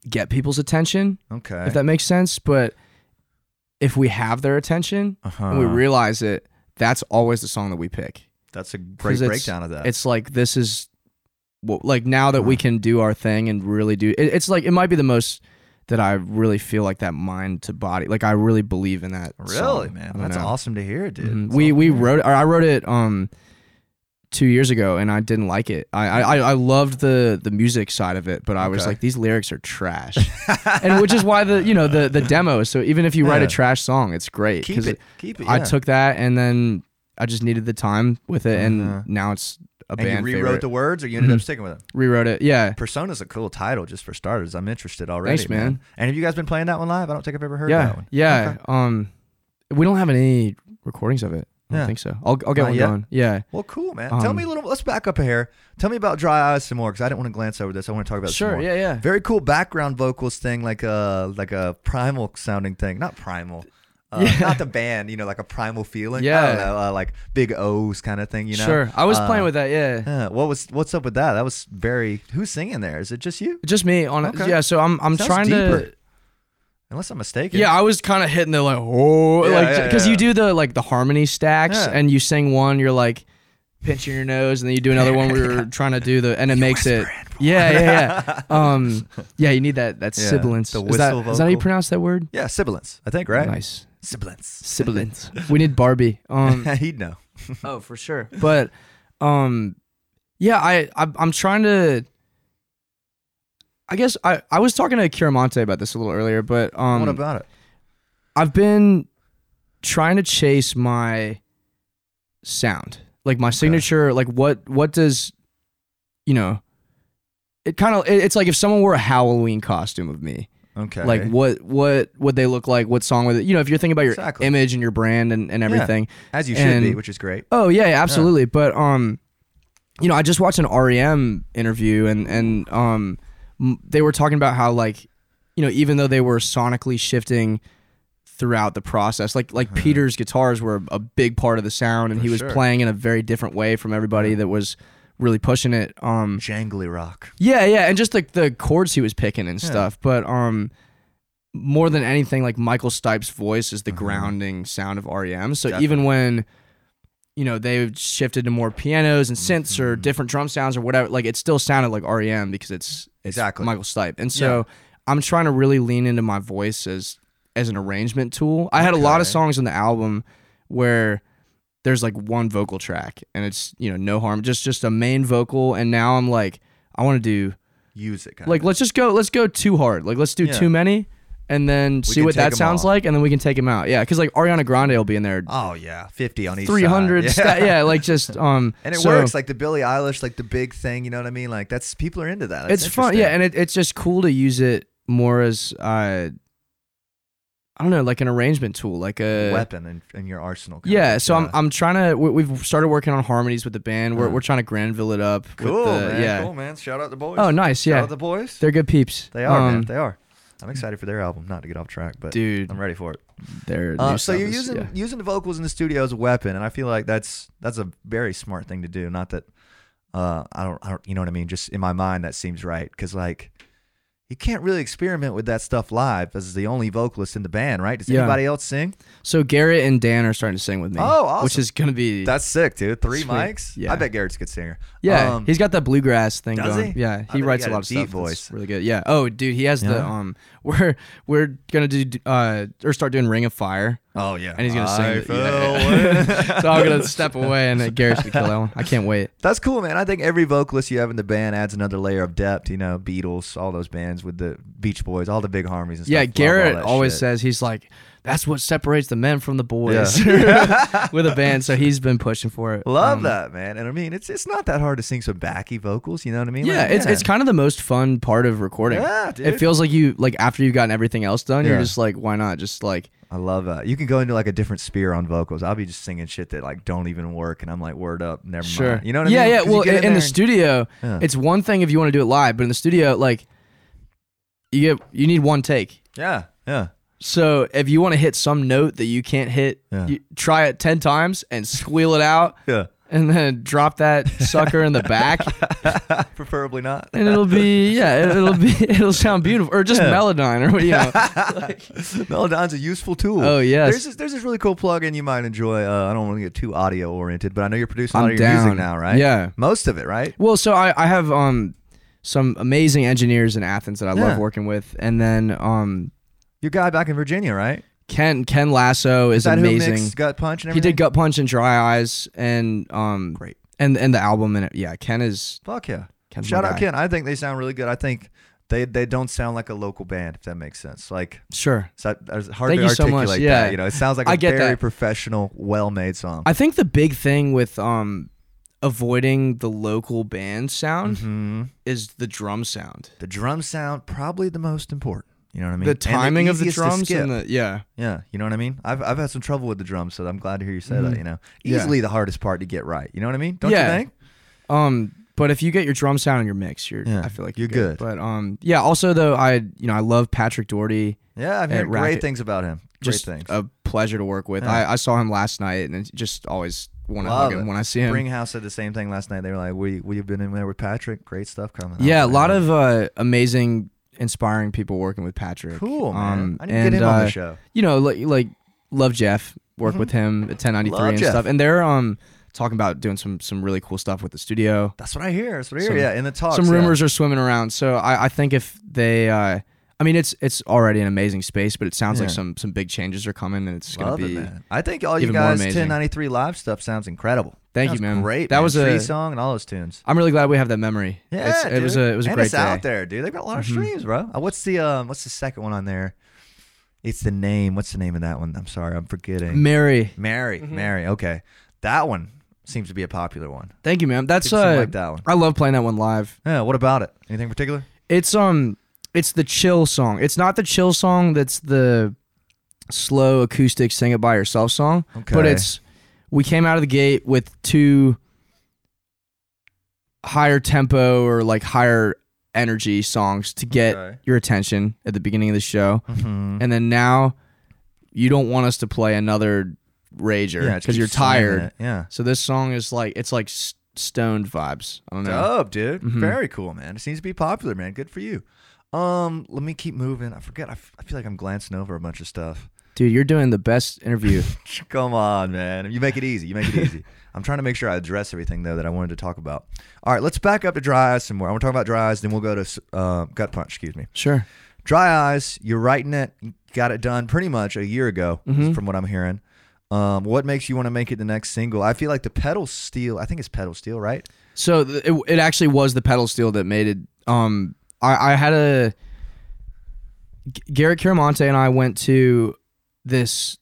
A: get people's attention,
B: okay.
A: if that makes sense. But if we have their attention
B: uh-huh.
A: and we realize it, that's always the song that we pick.
B: that's a great
A: 'cause it's-
B: breakdown of that.
A: It's like this is what like now that we
B: Uh-huh.
A: can do our thing and really do it, it's like it might be the most that I really feel like that mind to body. Like I really believe in that.
B: really,
A: song. I
B: man.
A: don't
B: That's
A: know.
B: awesome to hear, dude.
A: Mhm.
B: That's
A: We
B: awesome
A: we
B: to hear.
A: wrote or I wrote it um two years ago and I didn't like it. I I, I- I loved the the music side of it, but I was
B: Okay.
A: like these lyrics are trash, and which is why the you know the the demo. So even if you write
B: Yeah.
A: a trash song, it's great
B: keep it. Keep it.
A: I
B: yeah.
A: took that and then I just needed the time with it, and
B: Uh-huh.
A: now it's a
B: and you
A: band
B: rewrote
A: favorite.
B: the words, or you ended up
A: Mhm.
B: sticking with them.
A: rewrote it, yeah.
B: Persona's a cool title just for starters. I'm interested already,
A: Thanks, man.
B: And have you guys been playing that one live? I don't think I've ever heard that
A: Yeah,
B: one.
A: yeah.
B: Okay.
A: Um, we don't have any recordings of it. I don't
B: Yeah.
A: think so. I'll I'll get
B: Not
A: one
B: yet?
A: going. Yeah,
B: Well, cool, man. Tell
A: Um,
B: me a little. Let's back up here. Tell me about Dry Eyes some more, because I didn't want to glance over this. I want to talk about this some
A: sure.
B: more.
A: Yeah, yeah.
B: Very cool background vocals thing, like a like a primal sounding thing. Not primal. Uh,
A: Yeah.
B: Not the band, you know, like a primal feeling. I
A: Yeah.
B: don't know, uh, like big O's kind of thing, you know.
A: Sure. I was
B: Uh,
A: playing with that. Yeah.
B: Yeah, what was what's up with that? That was very. Who's singing there? Is it just you?
A: Just me on it.
B: Okay.
A: Yeah, so I'm I'm
B: Sounds
A: trying
B: deeper.
A: to.
B: Unless I'm mistaken.
A: Yeah, I was kind of hitting the like oh
B: Yeah,
A: like
B: yeah,
A: because
B: yeah.
A: you do the like the harmony stacks
B: Yeah.
A: and you sing one, you're like pinching your nose, and then you do another one. We were trying to do the and it makes it. Yeah, yeah, yeah. Um, yeah, you need that that
B: Yeah,
A: sibilance.
B: the
A: is that
B: whistle
A: is that how you
B: vocal.
A: pronounce that word?
B: Yeah, sibilance. I think right.
A: Nice
B: Sibilance.
A: sibilance. we need Barbie. Um,
B: He'd know.
A: oh for sure but um yeah I, I i'm trying to i guess i i was talking to Kiramonte about this a little earlier but um
B: what about it?
A: i've been trying to chase my sound like my signature like what what does you know it kind of it, it's like if someone wore a halloween costume of me
B: Okay.
A: like what what would they look like what song would it you know if you're thinking about your
B: Exactly.
A: image and your brand and, and everything
B: as you should be,
A: and-
B: which is great.
A: Oh yeah, yeah, absolutely. But um, you know, I just watched an REM interview, and and um, m- they were talking about how like, you know, even though they were sonically shifting throughout the process, like like Peter's guitars were a big part of the sound, and
B: Uh-huh. For
A: he was
B: sure.
A: playing in a very different way from everybody that was really pushing it. Um,
B: Jangly rock.
A: yeah, yeah, and just like the chords he was picking and stuff. But um, more than anything, like Michael Stipe's voice is the grounding sound of REM. So even when you know they shifted to more pianos and synths or different drum sounds or whatever, like it still sounded like REM because it's, it's
B: Exactly.
A: Michael Stipe. And so I'm trying to really lean into my voice as as an arrangement tool. I had a lot of
B: Okay.
A: songs on the album where there's like one vocal track and it's you know no harm just just a main vocal and now i'm like i want to do
B: Use it. Kind
A: like let's just go let's go too hard like let's do
B: Yeah.
A: too many and then see
B: can
A: what
B: take
A: that
B: 'em
A: sounds
B: off.
A: like and then we can take them out yeah because like ariana grande will be in there
B: Oh yeah, fifty on each. side.
A: 300
B: Yeah.
A: sta- yeah. like just um
B: And it
A: so
B: works like the Billie Eilish, like the big thing. You know what I mean? Like that's people are into that. That's
A: it's fun yeah and it, it's just cool to use it more as uh i don't know like an arrangement tool like a
B: interesting. weapon in, in your arsenal. kind
A: uh, yeah
B: of,
A: so i'm i'm trying to we, we've started working on harmonies with the band we're,
B: Huh.
A: we're trying to granville it up with
B: Uh-huh. cool,
A: the-
B: man.
A: yeah
B: Cool, man. Shout out the boys.
A: oh nice
B: Shout
A: yeah
B: out the boys.
A: They're good peeps.
B: They are, man.
A: Um,
B: They are. I'm excited for their album. Not to get off track, but
A: dude.
B: I'm ready for it.
A: They're
B: Uh,
A: new
B: so
A: stuff
B: you're
A: is-
B: using
A: yeah.
B: using the vocals in the studio as a weapon, and I feel like that's that's a very smart thing to do. Not that uh, I don't, I don't, you know what I mean. Just in my mind, that seems right because like you can't really experiment with that stuff live as the only vocalist in the band, right? Does
A: Yeah.
B: anybody else sing?
A: So Garrett and Dan are starting to sing with me.
B: Oh, awesome.
A: Which is gonna be
B: That's sick, dude. Three
A: Sweet.
B: mics.
A: Yeah.
B: I bet Garrett's a good singer.
A: yeah.
B: Um,
A: he's got that bluegrass thing
B: Does
A: going.
B: he? I
A: Yeah,
B: bet
A: he
B: he
A: writes
B: got
A: a
B: a
A: lot of
B: deep
A: stuff. that's
B: voice.
A: really good. Yeah. Oh, dude, he has the
B: Yeah.
A: um. We're we're gonna do uh or start doing Ring of Fire,
B: oh yeah,
A: and he's gonna
B: I
A: sing. the- yeah,
B: fell
A: yeah.
B: in.
A: so I'm gonna step away, and uh, Garrett's gonna kill that one. I can't wait.
B: That's cool, man. I think every vocalist you have in the band adds another layer of depth. You know, Beatles, all those bands with the Beach Boys, all the big harmonies and stuff.
A: Yeah,
B: love all
A: Garrett
B: that
A: always
B: shit.
A: says he's like, that's what separates the men from the boys with a band. So he's been pushing for it.
B: Love
A: Um,
B: that, man. And I mean, it's it's not that hard to sing some backy vocals. You know what I mean?
A: Yeah,
B: Like,
A: it's it's kind of the most fun part of recording.
B: Yeah, dude.
A: It feels like you like after you've gotten everything else done, you're
B: Yeah.
A: just like, why not? Just like
B: I love that. You can go into like a different sphere on vocals. I'll be just singing shit that like don't even work, and I'm like, word up, never mind. You know what
A: yeah,
B: I mean?
A: Yeah,
B: 'Cause you
A: Well,
B: get
A: in, in
B: there
A: the
B: and-
A: studio,
B: Yeah.
A: it's one thing if you want to do it live, but in the studio, like you get you need one take.
B: Yeah, yeah.
A: So if you want to hit some note that you can't hit,
B: Yeah.
A: you try it ten times and squeal it out,
B: Yeah.
A: and then drop that sucker in the back,
B: Preferably not.
A: and it'll be yeah, it- it'll be it'll sound beautiful, or just melodyne or what you know.
B: Melodon's a useful tool.
A: Oh, yes.
B: There's this, there's this really cool plugin you might enjoy. Uh, I don't want to get too audio oriented, but I know you're producing a
A: I'm
B: lot of your music
A: down.
B: now, right?
A: Yeah.
B: Most of it, right?
A: Well, so I, I have um some amazing engineers in Athens that I
B: Yeah.
A: love working with, and then um
B: Your guy back in Virginia, right?
A: Ken Ken Lasso is,
B: Is that
A: amazing.
B: who mixed Gut Punch and
A: he
B: everything?
A: did Gut Punch and Dry Eyes, and um
B: Great.
A: and and the album in it. Yeah, Ken is
B: Fuck yeah.
A: Ken's
B: Shout
A: my
B: out
A: guy.
B: Ken. I think they sound really good. I think they they don't sound like a local band, if that makes sense. Like
A: sure.
B: so it's hard
A: Thank
B: to
A: you so
B: articulate
A: much.
B: that.
A: Yeah.
B: You know, it sounds like a
A: I get
B: very
A: that.
B: professional, well made song.
A: I think the big thing with um avoiding the local band sound
B: hmm
A: is the drum sound.
B: The drum sound probably the most important. You know what I mean?
A: the
B: And
A: timing of the
B: easiest to
A: drums
B: skip.
A: and the yeah.
B: Yeah, you know what I mean. I've I've had some trouble with the drums, so I'm glad to hear you say that. You know,
A: Mm-hmm. Yeah.
B: easily the hardest part to get right. You know what I mean? Don't
A: Yeah.
B: you think?
A: Um, but if you get your drum sound in your mix, you're
B: Yeah,
A: I feel like
B: you're
A: you're,
B: good.
A: But um, yeah. Also though, I you know I love Patrick Doherty.
B: Yeah, I've
A: At
B: heard great
A: Rapid-
B: things about him.
A: Just uh,
B: great things.
A: a pleasure to work with.
B: Yeah.
A: I, I saw him last night and it's just always want to
B: Love
A: hug him
B: it.
A: when I see him.
B: Springhouse said the same thing last night. They were like, "We we have been in there with Patrick. Great stuff coming." out."
A: yeah, a
B: man.
A: lot of uh, amazing, inspiring people working with Patrick.
B: cool man.
A: Um,
B: I need to get him
A: and,
B: on
A: uh,
B: the show.
A: You know, like like love Jeff, work with him at 1093
B: Love
A: and
B: Jeff.
A: stuff. And they're um talking about doing some some really cool stuff with the studio.
B: That's what I hear. That's what I hear.
A: some-
B: yeah, in the talks.
A: some
B: yeah.
A: rumors are swimming around. So I, I think if they, uh, I mean, it's it's already an amazing space, but it sounds like
B: Yeah.
A: some some big changes are coming, and it's
B: Love
A: gonna
B: it,
A: be.
B: man. I think all you
A: even more
B: guys
A: amazing.
B: 1093 live stuff sounds incredible.
A: Thank you,
B: Sounds
A: man.
B: Great.
A: That
B: man.
A: was
B: Tree
A: a-
B: song and all those tunes.
A: I'm really glad we have that memory.
B: Yeah,
A: It's- it was
B: dude.
A: a it was a
B: and
A: great
B: it's
A: day. Mm-hmm.
B: out there, dude. They've got a lot of streams, bro. Uh, What's the um? What's the second one on there? It's the name. What's the name of that one? I'm sorry, I'm forgetting.
A: Mary,
B: Mary, Mary. Okay, that one seems to be a popular one.
A: thank you, man. That's
B: People seem
A: uh,
B: like that one.
A: I love playing that one live.
B: Yeah. What about it? Anything particular?
A: It's um, it's the chill song. It's not the chill song. That's the slow acoustic sing it by yourself song. But
B: Okay.
A: it's we came out of the gate with two higher tempo or like higher energy songs to get
B: Okay.
A: your attention at the beginning of the show,
B: Mm-hmm.
A: and then now you don't want us to play another rager because you're tired.
B: Yeah.
A: So this song is like it's like s- stoned vibes. I don't know.
B: Dope, dude.
A: Mm-hmm.
B: Very cool, man. It seems to be popular, man. Good for you. Um, let me keep moving. I forget. I, f- I feel like I'm glancing over a bunch of stuff.
A: Dude, you're doing the best interview.
B: Come on, man. You make it easy. You make it easy. I'm trying to make sure I address everything though that I wanted to talk about. All right, let's back up to dry eyes some more. I want to talk about dry eyes, then we'll go to s- uh, gut punch. Excuse me.
A: sure.
B: Dry eyes. You're writing it. You got it done pretty much a year ago,
A: Mm-hmm.
B: from what I'm hearing. Um, what makes you want to make it the next single? I feel like the pedal steel. I think it's pedal steel, right?
A: So th- it, it actually was the pedal steel that made it. Um, I, I had a G- Garrett Caramonte and I went to this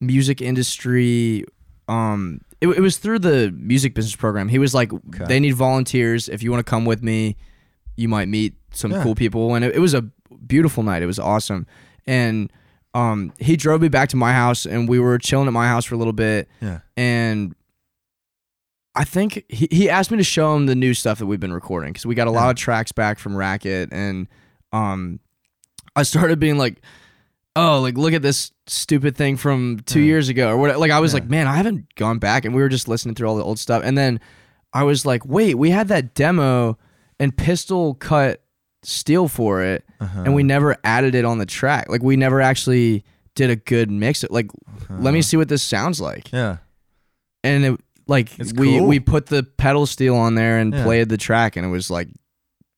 A: music industry. Um, it, it was through the music business program. He was like, they need volunteers. If you want to come with me, you might meet some
B: Yeah.
A: cool people. And it, it was a beautiful night. It was awesome. And um, he drove me back to my house, and we were chilling at my house for a little bit
B: Yeah.
A: and I think he, he asked me to show him the new stuff that we've been recording because we got a lot of tracks back from Racket, and um, I started being like, "Oh, like look at this stupid thing from two
B: Yeah.
A: years ago," or what? Like I was like,
B: Yeah.
A: "Man, I haven't gone back," and we were just listening through all the old stuff, and then I was like, "Wait, we had that demo and Pistol cut steel for it,
B: Uh-huh.
A: and we never added it on the track. Like we never actually did a good mix. Like,
B: Uh-huh.
A: let me see what this sounds like."
B: Yeah.
A: and it like
B: It's
A: we
B: cool.
A: we put the pedal steel on there and
B: Yeah.
A: played the track and it was like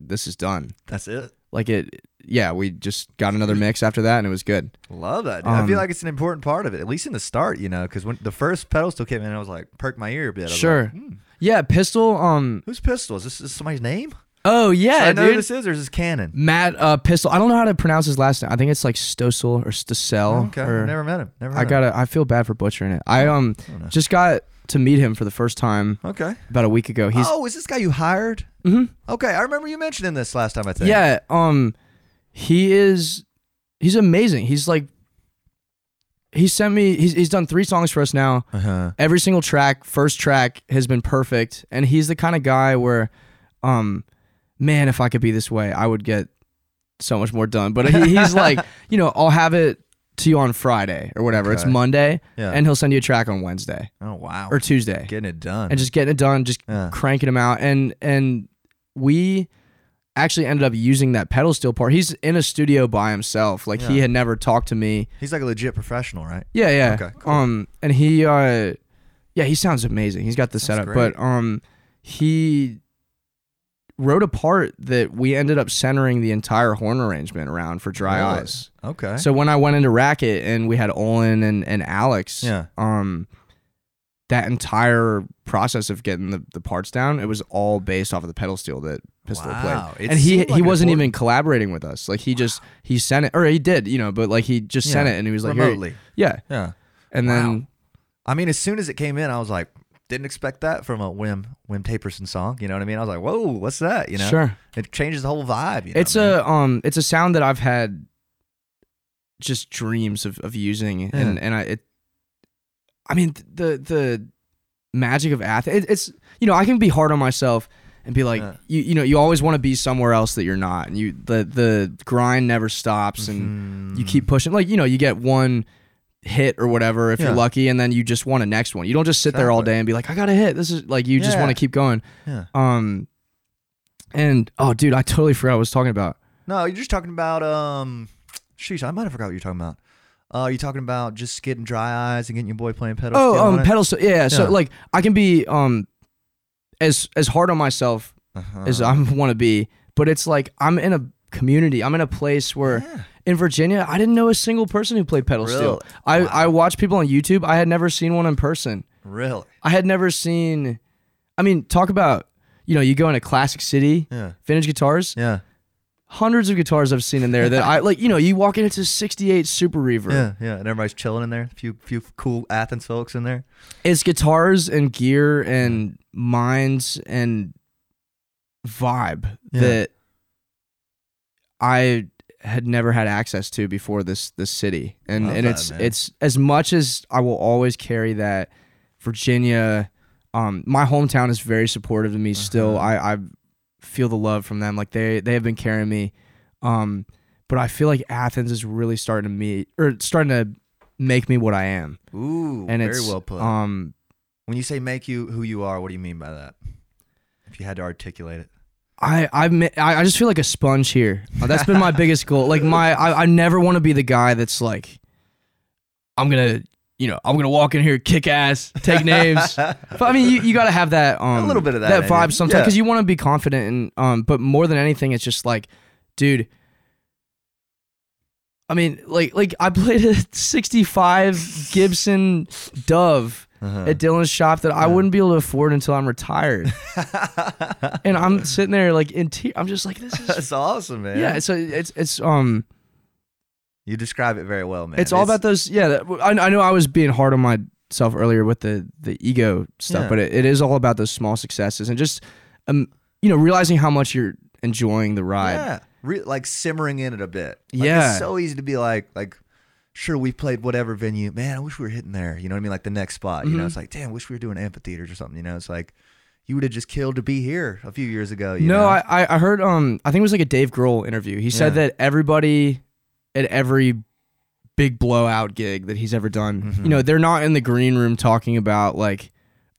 A: this is done
B: That's it.
A: like it yeah we just got another mix after that and it was good
B: Love that. Dude. I feel
A: Um,
B: like it's an important part of it, at least in the start, you know, because when the first pedal still came in, I was like, perked my ear a bit. I was like,
A: Sure.
B: hmm,
A: yeah pistol um
B: whose pistol? Is this, is this somebody's name?
A: Oh yeah,
B: I know who
A: dude.
B: this is. There's this cannon.
A: Matt uh, Pistol. I don't know how to pronounce his last name. I think it's like Stossel or Stossel.
B: Oh, okay,
A: or-
B: never met him. Never. Met
A: I gotta. I feel bad for butchering it. I um
B: Oh, know.
A: just got to meet him for the first time
B: Him. Okay.
A: about a week ago. He's
B: oh, is this guy you hired?
A: Mhm.
B: Okay, I remember you mentioning this last time. I think.
A: yeah. Um, he is. He's amazing. He's like. He sent me. He's he's done three songs for us now.
B: Uh-huh.
A: Every single track, first track has been perfect, and he's the kind of guy where, um, man, if I could be this way, I would get so much more done. But he, he's like, you know, I'll have it to you on Friday or whatever. It's
B: Okay.
A: Monday,
B: Yeah.
A: and he'll send you a track on Wednesday
B: oh wow.
A: or Tuesday.
B: getting it done.
A: and just getting it done, just
B: Yeah.
A: cranking them out. And and we actually ended up using that pedal steel part. He's in a studio by himself. Like he
B: Yeah.
A: had never talked to me.
B: He's like a legit professional, right?
A: Yeah, yeah.
B: Okay, cool.
A: Um, and he, uh, yeah, he sounds amazing. He's got the setup,
B: great.
A: but um, he wrote a part that we ended up centering the entire horn arrangement around for Dry
B: Really?
A: Eyes.
B: Okay.
A: So when I went into Racket and we had Olin and, and Alex,
B: Yeah.
A: um, that entire process of getting the, the parts down, it was all based off of the pedal steel that Pistol
B: Wow.
A: played.
B: It
A: and he
B: seemed like
A: he
B: an
A: wasn't
B: important-
A: even collaborating with us. Like he just he sent it or he did, you know, but like he just sent
B: Yeah.
A: it and he was like here-
B: remotely.
A: Yeah.
B: yeah.
A: And then
B: I mean, as soon as it came in, I was like, didn't expect that from a Wim Wim Taperson song. You know what I mean? I was like, whoa, what's that? You know,
A: sure.
B: it changes the whole vibe. You know
A: It's
B: what I mean?
A: a um it's a sound that I've had just dreams of, of using and and I it I mean th- the the magic of Athens it, it's you know I can be hard on myself and be like
B: Yeah.
A: you you know you always want to be somewhere else that you're not and you the the grind never stops and you
B: Mhm.
A: keep pushing like you know you get one hit or whatever if
B: Yeah.
A: you're lucky and then you just want a next one you don't just sit there all
B: Exactly.
A: day and be like I got a hit this is like you just
B: Yeah.
A: want to keep going
B: Yeah.
A: um and oh dude I totally forgot what I was talking about
B: No, you're just talking about um, sheesh, I might have forgot what you're talking about. Uh, you're talking about just getting dry eyes and getting your boy playing pedal.
A: Oh,
B: steel
A: um,
B: on it?
A: pedal steel. Yeah, So
B: Yeah.
A: like, I can be um, as as hard on myself
B: Uh-huh.
A: as I want to be, but it's like I'm in a community. I'm in a place where
B: Yeah.
A: in Virginia, I didn't know a single person who played pedal
B: Really?
A: steel. I I watched people on YouTube. I had never seen one in person.
B: Really?
A: I had never seen. I mean, talk about you know, you go into Classic City,
B: Yeah.
A: vintage guitars.
B: Yeah.
A: Hundreds of guitars I've seen in there that I like. You know, you walk in, it's a '68 Super Reverb.
B: Yeah. Yeah. And everybody's chilling in there. A few, few cool Athens folks in there.
A: it's guitars and gear and minds and vibe
B: Yeah.
A: that I had never had access to before this this city. And
B: Love
A: and
B: that,
A: it's
B: man.
A: it's as much as I will always carry that Virginia um my hometown is very supportive to me
B: Uh-huh.
A: still. I I feel the love from them. Like they they have been carrying me. Um but I feel like Athens is really starting to meet or starting to make me what I am.
B: Ooh,
A: And
B: very
A: it's
B: well put.
A: um
B: when you say make you who you are, what do you mean by that? If you had to articulate it.
A: I I mi- I I just feel like a sponge here. Uh, That's been my biggest goal. Like my I, I never want to be the guy that's like I'm gonna you know I'm gonna walk in here kick ass take names. but I mean you, you got to have that um
B: little bit of that in
A: vibe
B: you.
A: sometimes
B: Yeah.
A: because you want to be confident and um but more than anything it's just like dude. I mean like like I played a 65 Gibson Dove
B: Uh-huh.
A: at Dylan's shop that I wouldn't be able to afford until I'm retired. and I'm sitting there like in tears. I'm just like, this is
B: That's awesome, man.
A: yeah. So it's it's um,
B: you describe it very well, man.
A: it's all about those. Yeah, that, I, I know I was being hard on myself earlier with the the ego stuff,
B: Yeah.
A: but it, it is all about those small successes and just um, you know, realizing how much you're enjoying the ride.
B: yeah, Re- like simmering in it a bit. Like,
A: Yeah.
B: it's so easy to be like like. Sure, we played whatever venue. Man, I wish we were hitting there. You know what I mean? Like the next spot.
A: Mm-hmm.
B: You know, it's like, damn, wish we were doing amphitheaters or something. You know, it's like, you would have just killed to be here a few years ago. You
A: no,
B: know?
A: I I I heard um, I think it was like a Dave Grohl interview. He said
B: Yeah.
A: that everybody at every big blowout gig that he's ever done,
B: Mm-hmm.
A: you know, they're not in the green room talking about like.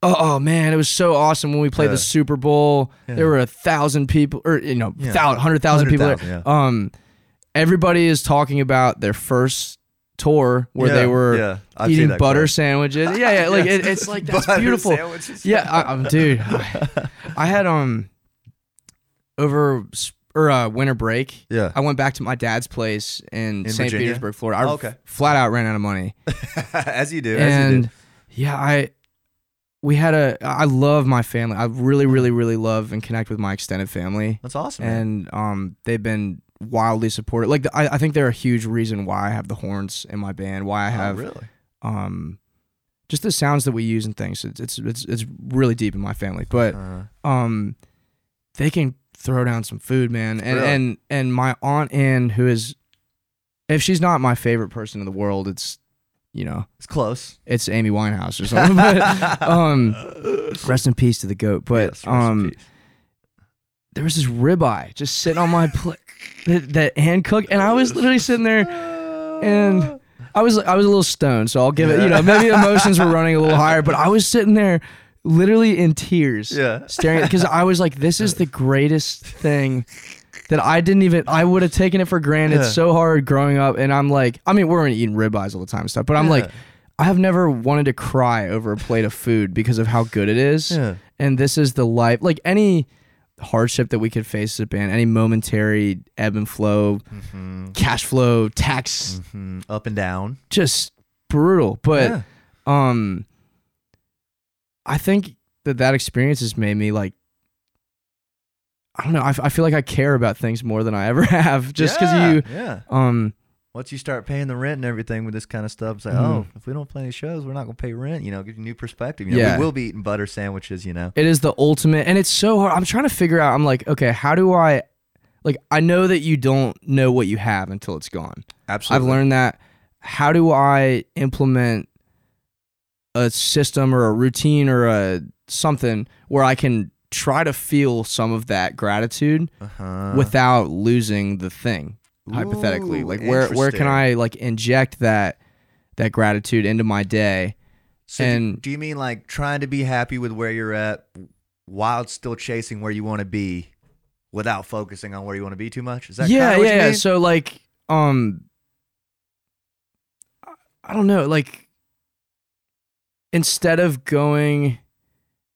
A: Oh, oh, man, it was so awesome when we played
B: Yeah.
A: the Super Bowl. There were a thousand people, or you know,
B: Yeah.
A: thou- hundred thousand people. there.
B: 100,000,
A: Um, everybody is talking about their first tour where
B: Yeah,
A: they were
B: yeah. I've seen
A: eating
B: that
A: butter
B: clip.
A: sandwiches. Yeah, yeah, like it, it's like that's
B: Butter
A: beautiful.
B: sandwiches.
A: Yeah, I, I'm, dude. I, I had um over s- or uh, winter break.
B: Yeah.
A: I went back to my dad's place in,
B: In
A: St.
B: Virginia?
A: Petersburg, Florida. I
B: Oh, okay.
A: flat out ran out of money,
B: as you do. As you do.
A: and yeah, I we had a. I love my family. I really, really, really love and connect with my extended family,
B: That's awesome. man.
A: and um, they've been wildly supportive. Like I, I think they're a huge reason why I have the horns in my band. Why I
B: Oh,
A: have
B: really.
A: um, just the sounds that we use and things. It's it's it's, it's really deep in my family, but
B: Uh,
A: um, they can throw down some food, man. And
B: Really?
A: and and my aunt Ann, who is, if she's not my favorite person in the world, it's you know
B: it's close.
A: it's Amy Winehouse or something. but, um, rest in peace to the goat. But
B: Yes, rest in
A: um,
B: peace.
A: there was this ribeye just sitting on my plate that, that hand cooked, and I was literally sitting there, and I was I was a little stoned, so I'll give it. You know, maybe emotions were running a little higher, but I was sitting there, literally in tears,
B: Yeah.
A: staring because I was like, this is the greatest thing. That I didn't even I would have taken it for granted
B: Yeah.
A: so hard growing up, and I'm like, I mean, we're eating ribeyes all the time and stuff, but I'm like,
B: Yeah.
A: I have never wanted to cry over a plate of food because of how good it is
B: Yeah.
A: and this is the life like any hardship that we could face as a band any momentary ebb and flow cash flow tax
B: Mhm. Mm-hmm. Up and down.
A: just brutal but
B: Yeah.
A: um i think that that experience has made me like i don't know i, f- I feel like i care about things more than i ever have just because
B: Yeah,
A: you
B: Yeah.
A: um
B: Once you start paying the rent and everything with this kind of stuff, it's like,
A: Mhm.
B: oh, if we don't play any shows, we're not gonna pay rent. You know, give you new perspective. You know,
A: Yeah.
B: we will be eating butter sandwiches. You know.
A: it is the ultimate and it's so hard i'm trying to figure out i'm like okay how do i like i know that you don't know what you have until it's gone
B: Absolutely.
A: I've learned that. How do I implement a system or a routine or a something where I can try to feel some of that gratitude
B: Uh-huh.
A: without losing the thing? hypothetically,
B: Ooh,
A: like where where can
B: interesting.
A: I like inject that that gratitude into my day?
B: So do,
A: and-
B: do you mean like trying to be happy with where you're at while still chasing where you want to be, without focusing on where you want to be too much? Is that
A: yeah,
B: kinda what
A: yeah.
B: you
A: yeah.
B: mean?
A: So like, um, I- I don't know. Like, instead of going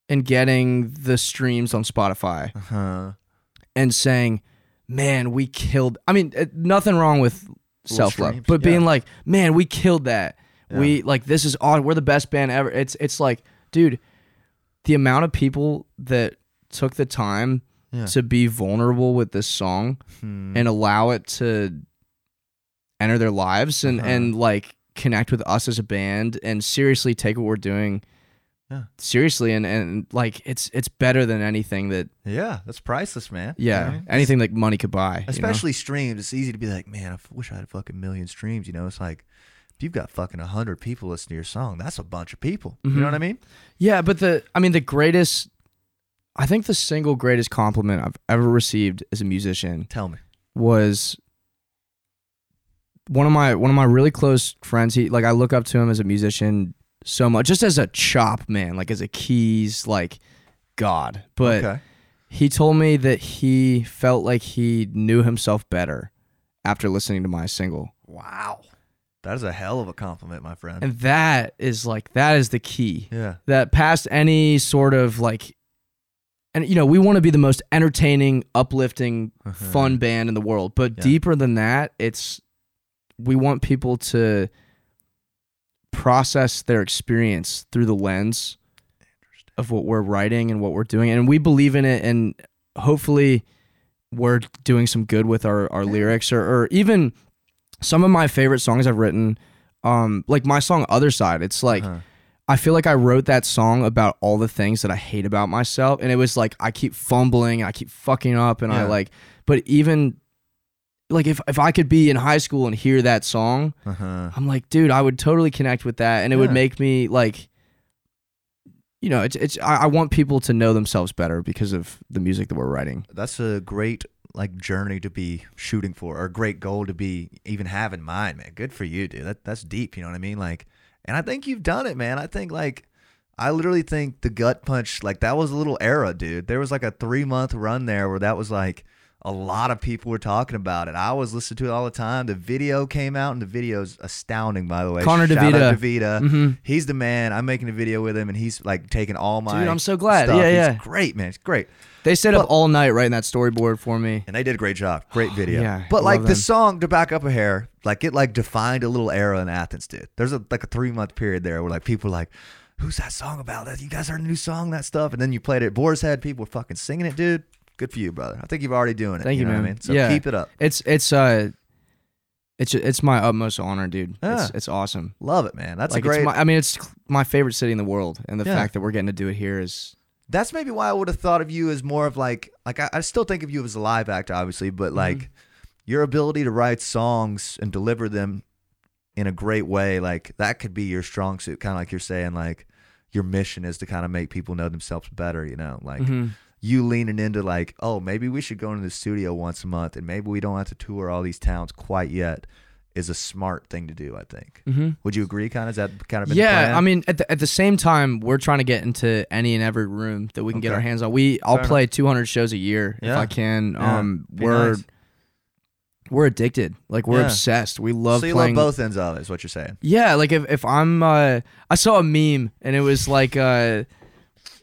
A: and getting the streams on Spotify
B: Uh-huh.
A: and saying, "Man, we killed." I mean, uh, nothing wrong with self love,
B: streams,
A: but
B: yeah.
A: being like, "Man, we killed that.
B: Yeah.
A: We like this is on. We're the best band ever." It's it's like, dude, the amount of people that took the time
B: Yeah.
A: to be vulnerable with this song
B: Hmm.
A: and allow it to enter their lives and
B: Uh-huh.
A: and like connect with us as a band and seriously take what we're doing
B: Yeah.
A: seriously and and like it's it's better than anything that
B: yeah, that's priceless, man. You
A: yeah
B: know?
A: anything that money could buy you know?
B: Mm-hmm. especially streams. It's easy to be like, man, I f- wish I had a fucking million streams. You know, it's like if you've got fucking hundred people listening to your song, that's a bunch of people. You know
A: Mm-hmm.
B: what I mean?
A: yeah but the i mean the greatest i think the single greatest compliment i've ever received as a musician
B: Tell me.
A: was one of my one of my really close friends. He like I look up to him as a musician so much, just as a chop man, like as a keys like god. But
B: okay.
A: he told me that he felt like he knew himself better after listening to my single,
B: Wow, that is a hell of a compliment, my friend.
A: and that is like that is the key.
B: yeah.
A: that past any sort of like and you know we want to be the most entertaining uplifting fun band in the world but
B: Yeah.
A: deeper than that it's we want people to process their experience through the lens of what we're writing and what we're doing and we believe in it and hopefully we're doing some good with our, our lyrics or, or even some of my favorite songs i've written um like my song other side it's like
B: Uh-huh.
A: I feel like I wrote that song about all the things that I hate about myself. And it was like I keep fumbling, I keep fucking up, and I
B: Yeah.
A: like but even like if if I could be in high school and hear that song,
B: Uh-huh.
A: I'm like, dude, I would totally connect with that. And it would
B: Yeah.
A: make me like you know, it's it's I, I want people to know themselves better because of the music that we're writing.
B: That's a great like journey to be shooting for, or a great goal to be even have in mind, man. Good for you, dude. That that's deep. You know what I mean? Like, and I think you've done it, man. I think like. I literally think the gut punch, like that was a little era, dude. There was like a three month run there where that was like a lot of people were talking about it. I was listening to it all the time. The video came out, and the video's astounding, by the way.
A: Connor
B: Shout out
A: DeVita.
B: DeVita.
A: Mhm.
B: He's the man. I'm making a video with him, and he's like taking all my.
A: I'm so glad.
B: stuff.
A: Yeah,
B: He's
A: yeah.
B: great, man. It's great
A: They stayed up
B: But-
A: all night writing that storyboard for me.
B: and they did a great job. Great video.
A: Yeah, I
B: but like
A: love
B: the
A: them.
B: song to back up a hair, like it like defined a little era in Athens did. There's a like a three month period there where like people were like, who's that song about? That you guys heard a new song, that stuff, and then you played it. at Boar's Head, people were fucking singing it, dude. Good for you, brother. I think you've already doing it.
A: Thank you,
B: know what
A: man.
B: I mean? So
A: Yeah.
B: keep it up.
A: It's it's uh, it's it's my utmost honor, dude. It's,
B: Yeah.
A: it's awesome.
B: Love it, man. That's
A: like
B: a great.
A: it's my, I mean, it's my favorite city in the world, and the
B: Yeah.
A: fact that we're getting to do it here is
B: that's maybe why I would have thought of you as more of like like I, I still think of you as a live actor, obviously,
A: Mm-hmm.
B: but like your ability to write songs and deliver them in a great way, like that could be your strong suit. Kind of like you're saying, like your mission is to kind of make people know themselves better. You know, like
A: Mhm.
B: you leaning into like, oh, maybe we should go into the studio once a month, and maybe we don't have to tour all these towns quite yet. Is a smart thing to do, I think.
A: Mhm.
B: Would you agree? Kind of is that kind of been the
A: yeah.
B: plan?
A: I mean, at the, at the same time, we're trying to get into any and every room that we can get
B: Okay.
A: our hands on. We I'll
B: Fair
A: play 200 shows a year if
B: Yeah.
A: I can.
B: Yeah.
A: Um,
B: Be
A: we're
B: nice.
A: we're addicted. Like we're
B: Yeah.
A: obsessed. We love
B: so you
A: playing
B: love both ends of it, is what you're saying.
A: Yeah, like if, if I'm uh I saw a meme and it was like uh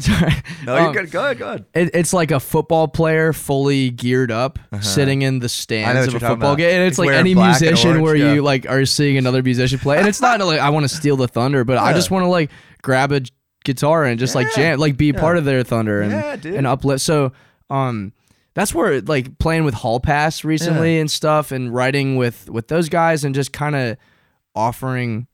A: sorry.
B: No,
A: Um,
B: you're good. Go ahead, go ahead.
A: It, it's like a football player fully geared up sitting in the stands
B: Uh-huh. what
A: of a
B: you're talking
A: football
B: about.
A: game and it's
B: He's
A: like
B: wearing
A: any
B: black and
A: musician
B: orange,
A: where
B: yeah.
A: you like are seeing another musician play and it's not like I want to steal the thunder but I
B: Yeah.
A: just want to like grab a guitar and just like
B: Yeah.
A: jam like be a part of their thunder and
B: Yeah, dude.
A: and uplift so um that's where like playing with Hall Pass recently and stuff and writing with with those guys and just kind of offering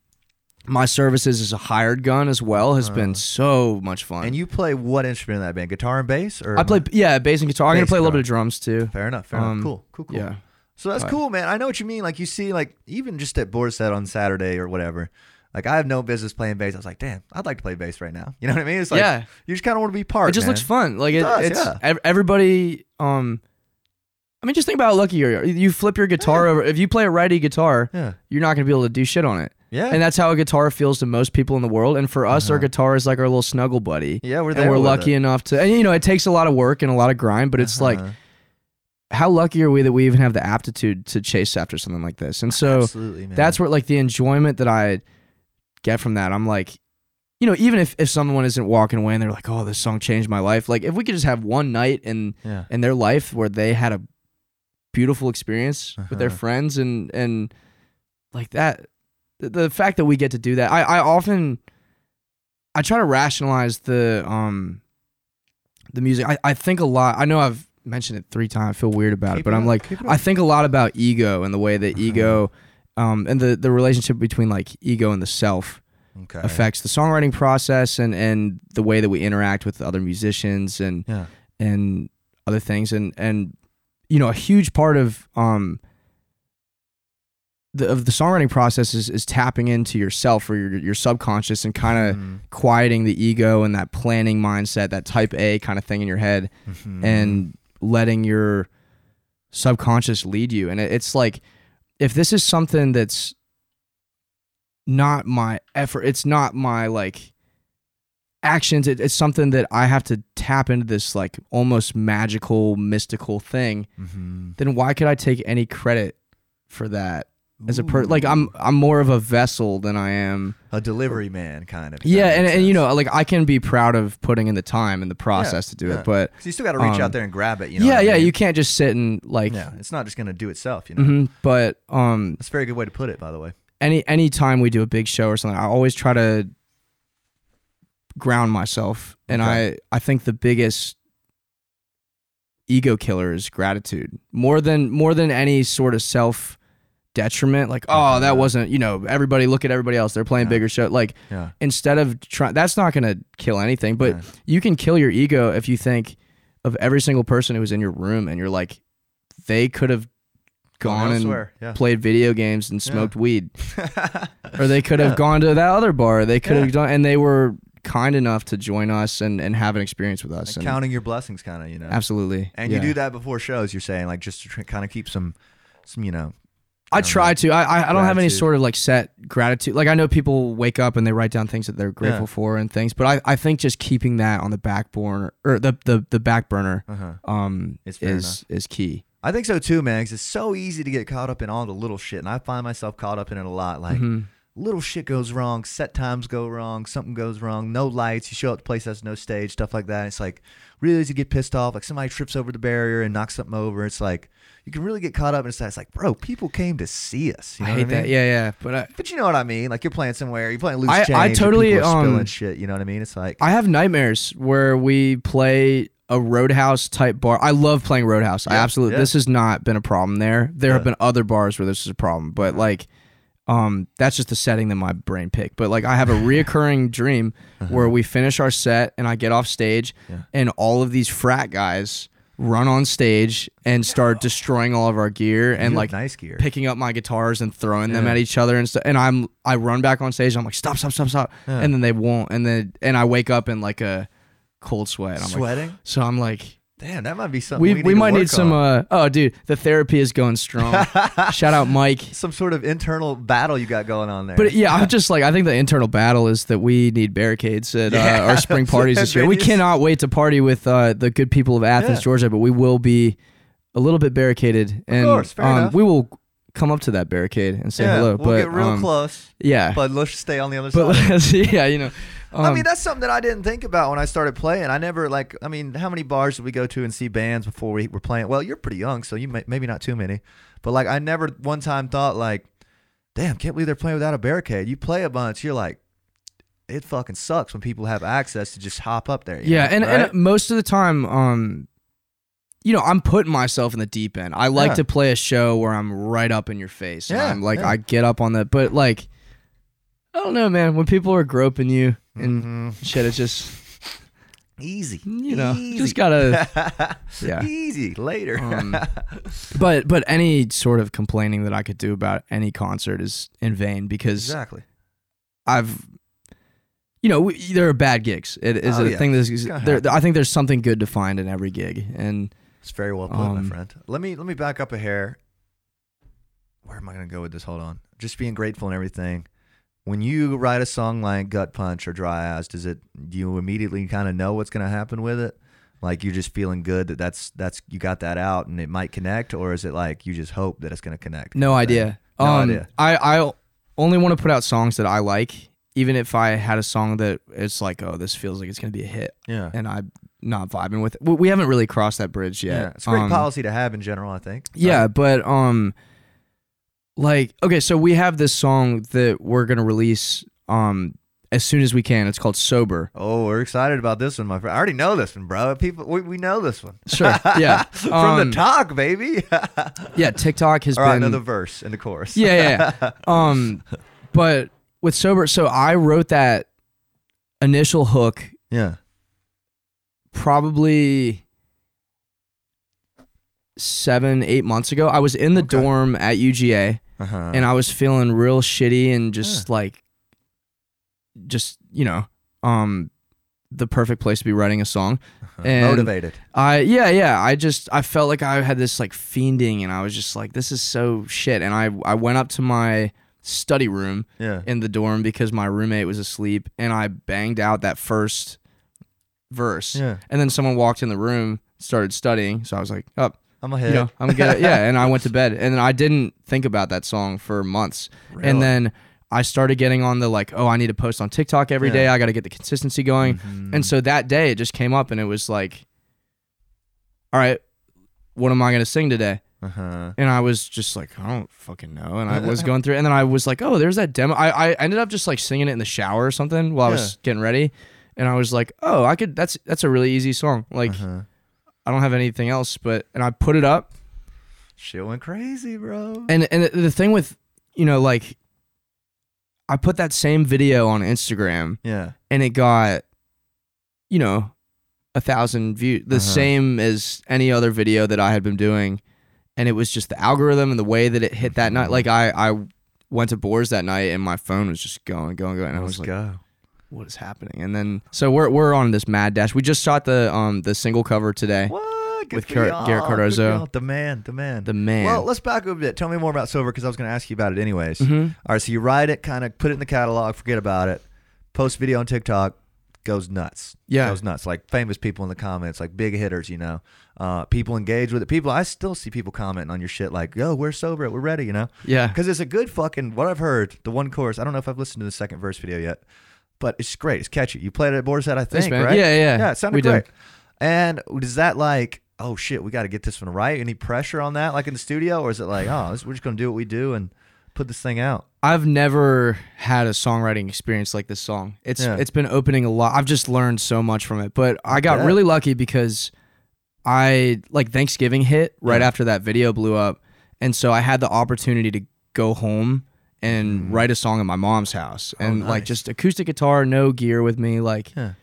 A: my services as a hired gun as well has been so much fun.
B: Uh-huh. And you play what instrument in that band? Guitar and bass, or
A: I play yeah, bass and guitar. I'm gonna
B: Bass
A: play a little bit
B: guitar.
A: of drums too.
B: Fair enough. Fair
A: Um,
B: enough. Cool. Cool. Cool.
A: Yeah,
B: So that's cool, man. I know what you mean. Like you see, like even just at Boar's Head on Saturday or whatever. Like I have no business playing bass. I was like, damn, I'd like to play bass right now. You know what I mean? It's like
A: Yeah.
B: you just kind of want to be part.
A: it just
B: man.
A: looks fun. Like it,
B: does,
A: it's
B: yeah.
A: ev- everybody. Um, I mean, just think about how lucky you are. You flip your guitar over. If you play a righty guitar,
B: Yeah.
A: you're not gonna be able to do shit on it.
B: Yeah. Uh-huh.
A: And that's how a guitar feels to most people in the world. And for us, our guitar is like our little snuggle buddy.
B: Yeah, we're
A: and
B: there
A: we're
B: with
A: lucky
B: it.
A: enough to. And you know, it takes a lot of work and a lot of grind, but it's like,
B: Uh-huh.
A: how lucky are we that we even have the aptitude to chase after something like this? And so,
B: absolutely, man.
A: that's where like the enjoyment that I get from that. I'm like, you know, even if, if someone isn't walking away and they're like, oh, this song changed my life. Like if we could just have one night in
B: yeah.
A: in their life where they had a beautiful experience with their
B: Uh-huh.
A: friends and and like that, the, the fact that we get to do that, I I often I try to rationalize the um the music. I, I think a lot. I know I've mentioned it three times. I feel weird about it,
B: Keep
A: but
B: it
A: I'm
B: up,
A: like
B: keep
A: I
B: it up. Uh-huh.
A: think a lot about ego and the way that ego um and the the relationship between like ego and the self
B: Okay.
A: affects the songwriting process and and the way that we interact with other musicians and
B: Yeah.
A: and other things and and you know a huge part of um the of the songwriting process is is tapping into yourself or your your subconscious and kind of
B: Mm.
A: quieting the ego and that planning mindset that type A kind of thing in your head
B: Mhm.
A: and letting your subconscious lead you and it, it's like if this is something that's not my effort it's not my like actions it, it's something that i have to tap into this like almost magical mystical thing
B: Mhm.
A: then why could i take any credit for that as a per
B: Ooh.
A: like i'm i'm more of a vessel than i am
B: a delivery man kind of. if
A: yeah
B: that
A: and,
B: makes
A: and you
B: sense.
A: know like i can be proud of putting in the time and the process to do
B: yeah.
A: it but
B: 'Cause you still got to reach
A: um,
B: out there and grab it. You know.
A: yeah
B: what I
A: yeah
B: mean?
A: you can't just sit and like
B: Yeah, it's not just gonna do itself. You know.
A: hmm But um,
B: That's a very good way to put it, by the way.
A: any any time we do a big show or something, I always try to ground myself, and
B: Okay.
A: I I think the biggest ego killer is gratitude more than more than any sort of self detriment. Like, oh,
B: Uh-huh.
A: that wasn't you know everybody look at everybody else; they're playing
B: Yeah.
A: bigger show. Like
B: Yeah.
A: instead of trying, that's not gonna kill anything. But
B: Yeah.
A: you can kill your ego if you think of every single person who was in your room, and you're like, they could have gone and
B: elsewhere. Yeah.
A: played video games and smoked weed. or they could have gone to that other bar. They could have
B: Yeah.
A: done, and they were kind enough to join us and, and have an experience with us.
B: Like
A: and-
B: counting your blessings, kind of, you know.
A: absolutely.
B: And
A: yeah.
B: you do that before shows. You're saying like just to tr- kind of keep some, some you know.
A: I try to. I, I, I don't have any
B: Gratitude.
A: sort of like set gratitude. Like I know people wake up and they write down things that they're grateful for and things, but I, I think just keeping that on the back burner or the, the, the back burner
B: Uh-huh.
A: um,
B: It's fair
A: is is key.
B: I
A: Mm-hmm.
B: think so too, man. Because it's so easy to get caught up in all the little shit, and I find myself caught up in it a lot. Like, little shit goes wrong, set times go wrong, something goes wrong, no lights, you show up to a place that's no stage, stuff like that. It's like really easy to get pissed off. Like somebody trips over the barrier and knocks something over. It's like you can really get caught up in that. It's like, bro, people came to see us. You
A: I
B: know
A: hate
B: what I mean?
A: that. Yeah, yeah. But I,
B: But you know what I mean? Like you're playing somewhere, you're playing loose
A: I- I
B: change. and
A: totally,
B: people are spilling
A: um,
B: shit. You know what I mean? It's like
A: I have nightmares where we play a roadhouse type bar. I love playing roadhouse. I
B: Yeah,
A: absolutely
B: yeah.
A: this has not been a problem there. There have been
B: Yeah.
A: other bars where this is a problem, but like um that's just the setting that my brain picked. But like I have a reoccurring dream where we finish our set and I get off stage
B: Uh-huh. Yeah.
A: and all of these frat guys run on stage and start destroying all of our gear and
B: you have
A: like
B: nice gear.
A: picking up my guitars and throwing them
B: Yeah.
A: at each other and stuff. And I'm I run back on stage. And I'm like stop, stop, stop, stop.
B: Yeah.
A: And then they won't. And then and I wake up in like a cold sweat. I'm like,
B: Sweating?
A: so I'm like,
B: Damn, that might be something
A: we
B: we,
A: we,
B: to
A: might
B: work
A: need some.
B: on.
A: Uh, oh, dude, the therapy is going strong. Shout out Mike.
B: some sort of internal battle you got going on there.
A: But yeah, I'm just like I think the internal battle is that we need barricades at
B: Yeah,
A: uh, our spring
B: that's
A: parties this year. We
B: right.
A: cannot wait to party with uh, the good people of Athens,
B: Yeah.
A: Georgia, but we will be a little bit barricaded, and
B: course, fair
A: um,
B: enough.
A: we will come up to that barricade and say
B: yeah,
A: hello.
B: we'll
A: but
B: get real
A: um,
B: close.
A: Yeah,
B: But let's stay on the other
A: but
B: side.
A: let's- yeah, you know, um,
B: I mean, that's something that I didn't think about when I started playing. I never like. I mean, how many bars did we go to and see bands before we were playing? Well, you're pretty young, so you may, maybe not too many. But like, I never one time thought like, "Damn, can't believe they're playing without a barricade." You play a bunch, you're like, it fucking sucks when people have access to just hop up there. you
A: yeah,
B: know,
A: and, uh,
B: right?
A: and most of the time, um, you know, I'm putting myself in the deep end. I like
B: Yeah.
A: to play a show where I'm right up in your face. and
B: Yeah,
A: I'm like
B: yeah.
A: I get up on that, but like, I don't know, man. When people are groping you and
B: Mhm.
A: shit, it's just
B: easy,
A: you know,
B: easy.
A: just gotta. yeah.
B: easy later.
A: Um, but but any sort of complaining that I could do about any concert is in vain because
B: exactly.
A: I've, you know, we, there are bad gigs. It is
B: Oh,
A: a
B: yeah.
A: thing that's.
B: gonna
A: There,
B: happen.
A: I think there's something good to find in every gig, and
B: It's very well put, my
A: Um,
B: friend. Let me let me back up a hair. Where am I going to go with this? Hold on. Just being grateful and everything. When you write a song like "Gut Punch" or "Dry Eyes," does it? Do you immediately kind of know what's going to happen with it? Like you're just feeling good that that's that's you got that out and it might connect, or is it like you just hope that it's going to connect?
A: no
B: kind of thing?
A: idea.
B: No
A: um,
B: idea.
A: I I only want to put out songs that I like, even if I had a song that it's like, oh, this feels like it's gonna be a hit,
B: Yeah.
A: and I'm not vibing with it. We, we haven't really crossed that bridge yet.
B: yeah, It's a great
A: Um,
B: policy to have in general, I think.
A: Yeah, but um like okay, so we have this song that we're going to release um as soon as we can. It's called Sober.
B: Oh, we're excited about this one, my friend. I already know this one, bro. People, we, we know this one
A: Sure. Yeah.
B: from
A: Um,
B: the talk, baby.
A: Yeah, TikTok has
B: All right,
A: been
B: another verse in the chorus.
A: Yeah, yeah, yeah. Um but with Sober, so I wrote that initial hook
B: yeah.
A: probably seven eight months ago i was in the
B: Okay.
A: dorm at uga
B: Uh-huh.
A: and I was feeling real shitty and just like just you know um the perfect place to be writing a song and-
B: motivated.
A: I yeah yeah I just I felt like I had this like fiending and I was just like this is so shit and I I went up to my study room
B: Yeah.
A: in the dorm because my roommate was asleep and I banged out that first verse
B: Yeah.
A: and then someone walked in the room started studying so I was like up
B: I'm a
A: you
B: head.
A: know, I'm good. Yeah, and I went to bed, and then I didn't think about that song for months,
B: Really?
A: and then I started getting on the like, oh, I need to post on TikTok every
B: Yeah.
A: day. I got to get the consistency going,
B: Mm-hmm,
A: and so that day it just came up, and it was like, all right, what am I gonna sing today?
B: uh-huh.
A: And I was just like, I don't fucking know, and I was going through, it, and then I was like, oh, there's that demo. I I ended up just like singing it in the shower or something while I was getting ready, and I was like, oh, I could. That's that's a really easy song. Like
B: Uh-huh.
A: I don't have anything else, but and I put it up.
B: Shit went crazy, bro.
A: and and the thing with you know like i put that same video on instagram
B: yeah.
A: and it got you know a thousand views the
B: Uh-huh.
A: same as any other video that i had been doing and it was just the algorithm and the way that it hit that night like i i went to boars that night and my phone was just going going going and i was like
B: go.
A: what is happening and then so we're we're on this mad dash we just shot the um the single cover today
B: What? Good
A: eh, With
B: for
A: Garrett-
B: y'all.
A: Garrett
B: Good for
A: Cardozo.
B: y'all. The man. The man.
A: the man
B: Well, let's back up a bit. Tell me more about Silver because I was going to ask you about it anyways.
A: Mhm.
B: All right, so you write it, kind of put it in the catalog, forget about it, post video on TikTok, goes nuts.
A: Yeah.
B: goes nuts. Like famous people in the comments, like big hitters. You know, uh, people engage with it. People, I still see people commenting on your shit like, "Yo, we're sober. We're ready." You know,
A: Yeah.
B: because it's a good fucking. What I've heard, the one chorus. I don't know if I've listened to the second verse video yet, but it's great. It's catchy. You played it at Boar's Head, I think,
A: Thanks, man.
B: right?
A: Yeah, yeah.
B: Yeah, it sounded
A: We did.
B: great. And is that like, oh shit, we got to get this one right? Any pressure on that, like in the studio, or is it like, oh, this, we're just gonna do what we do and put this thing out?
A: I've never had a songwriting experience like this song. It's
B: Yeah.
A: it's been opening a lot. I've just learned so much from it. But I got
B: bet.
A: really lucky because I like Thanksgiving hit right
B: Yeah.
A: after that video blew up, and so I had the opportunity to go home and write a song at my mom's house and like
B: Mm-hmm. Oh, nice.
A: just acoustic guitar, no gear with me, like
B: Yeah.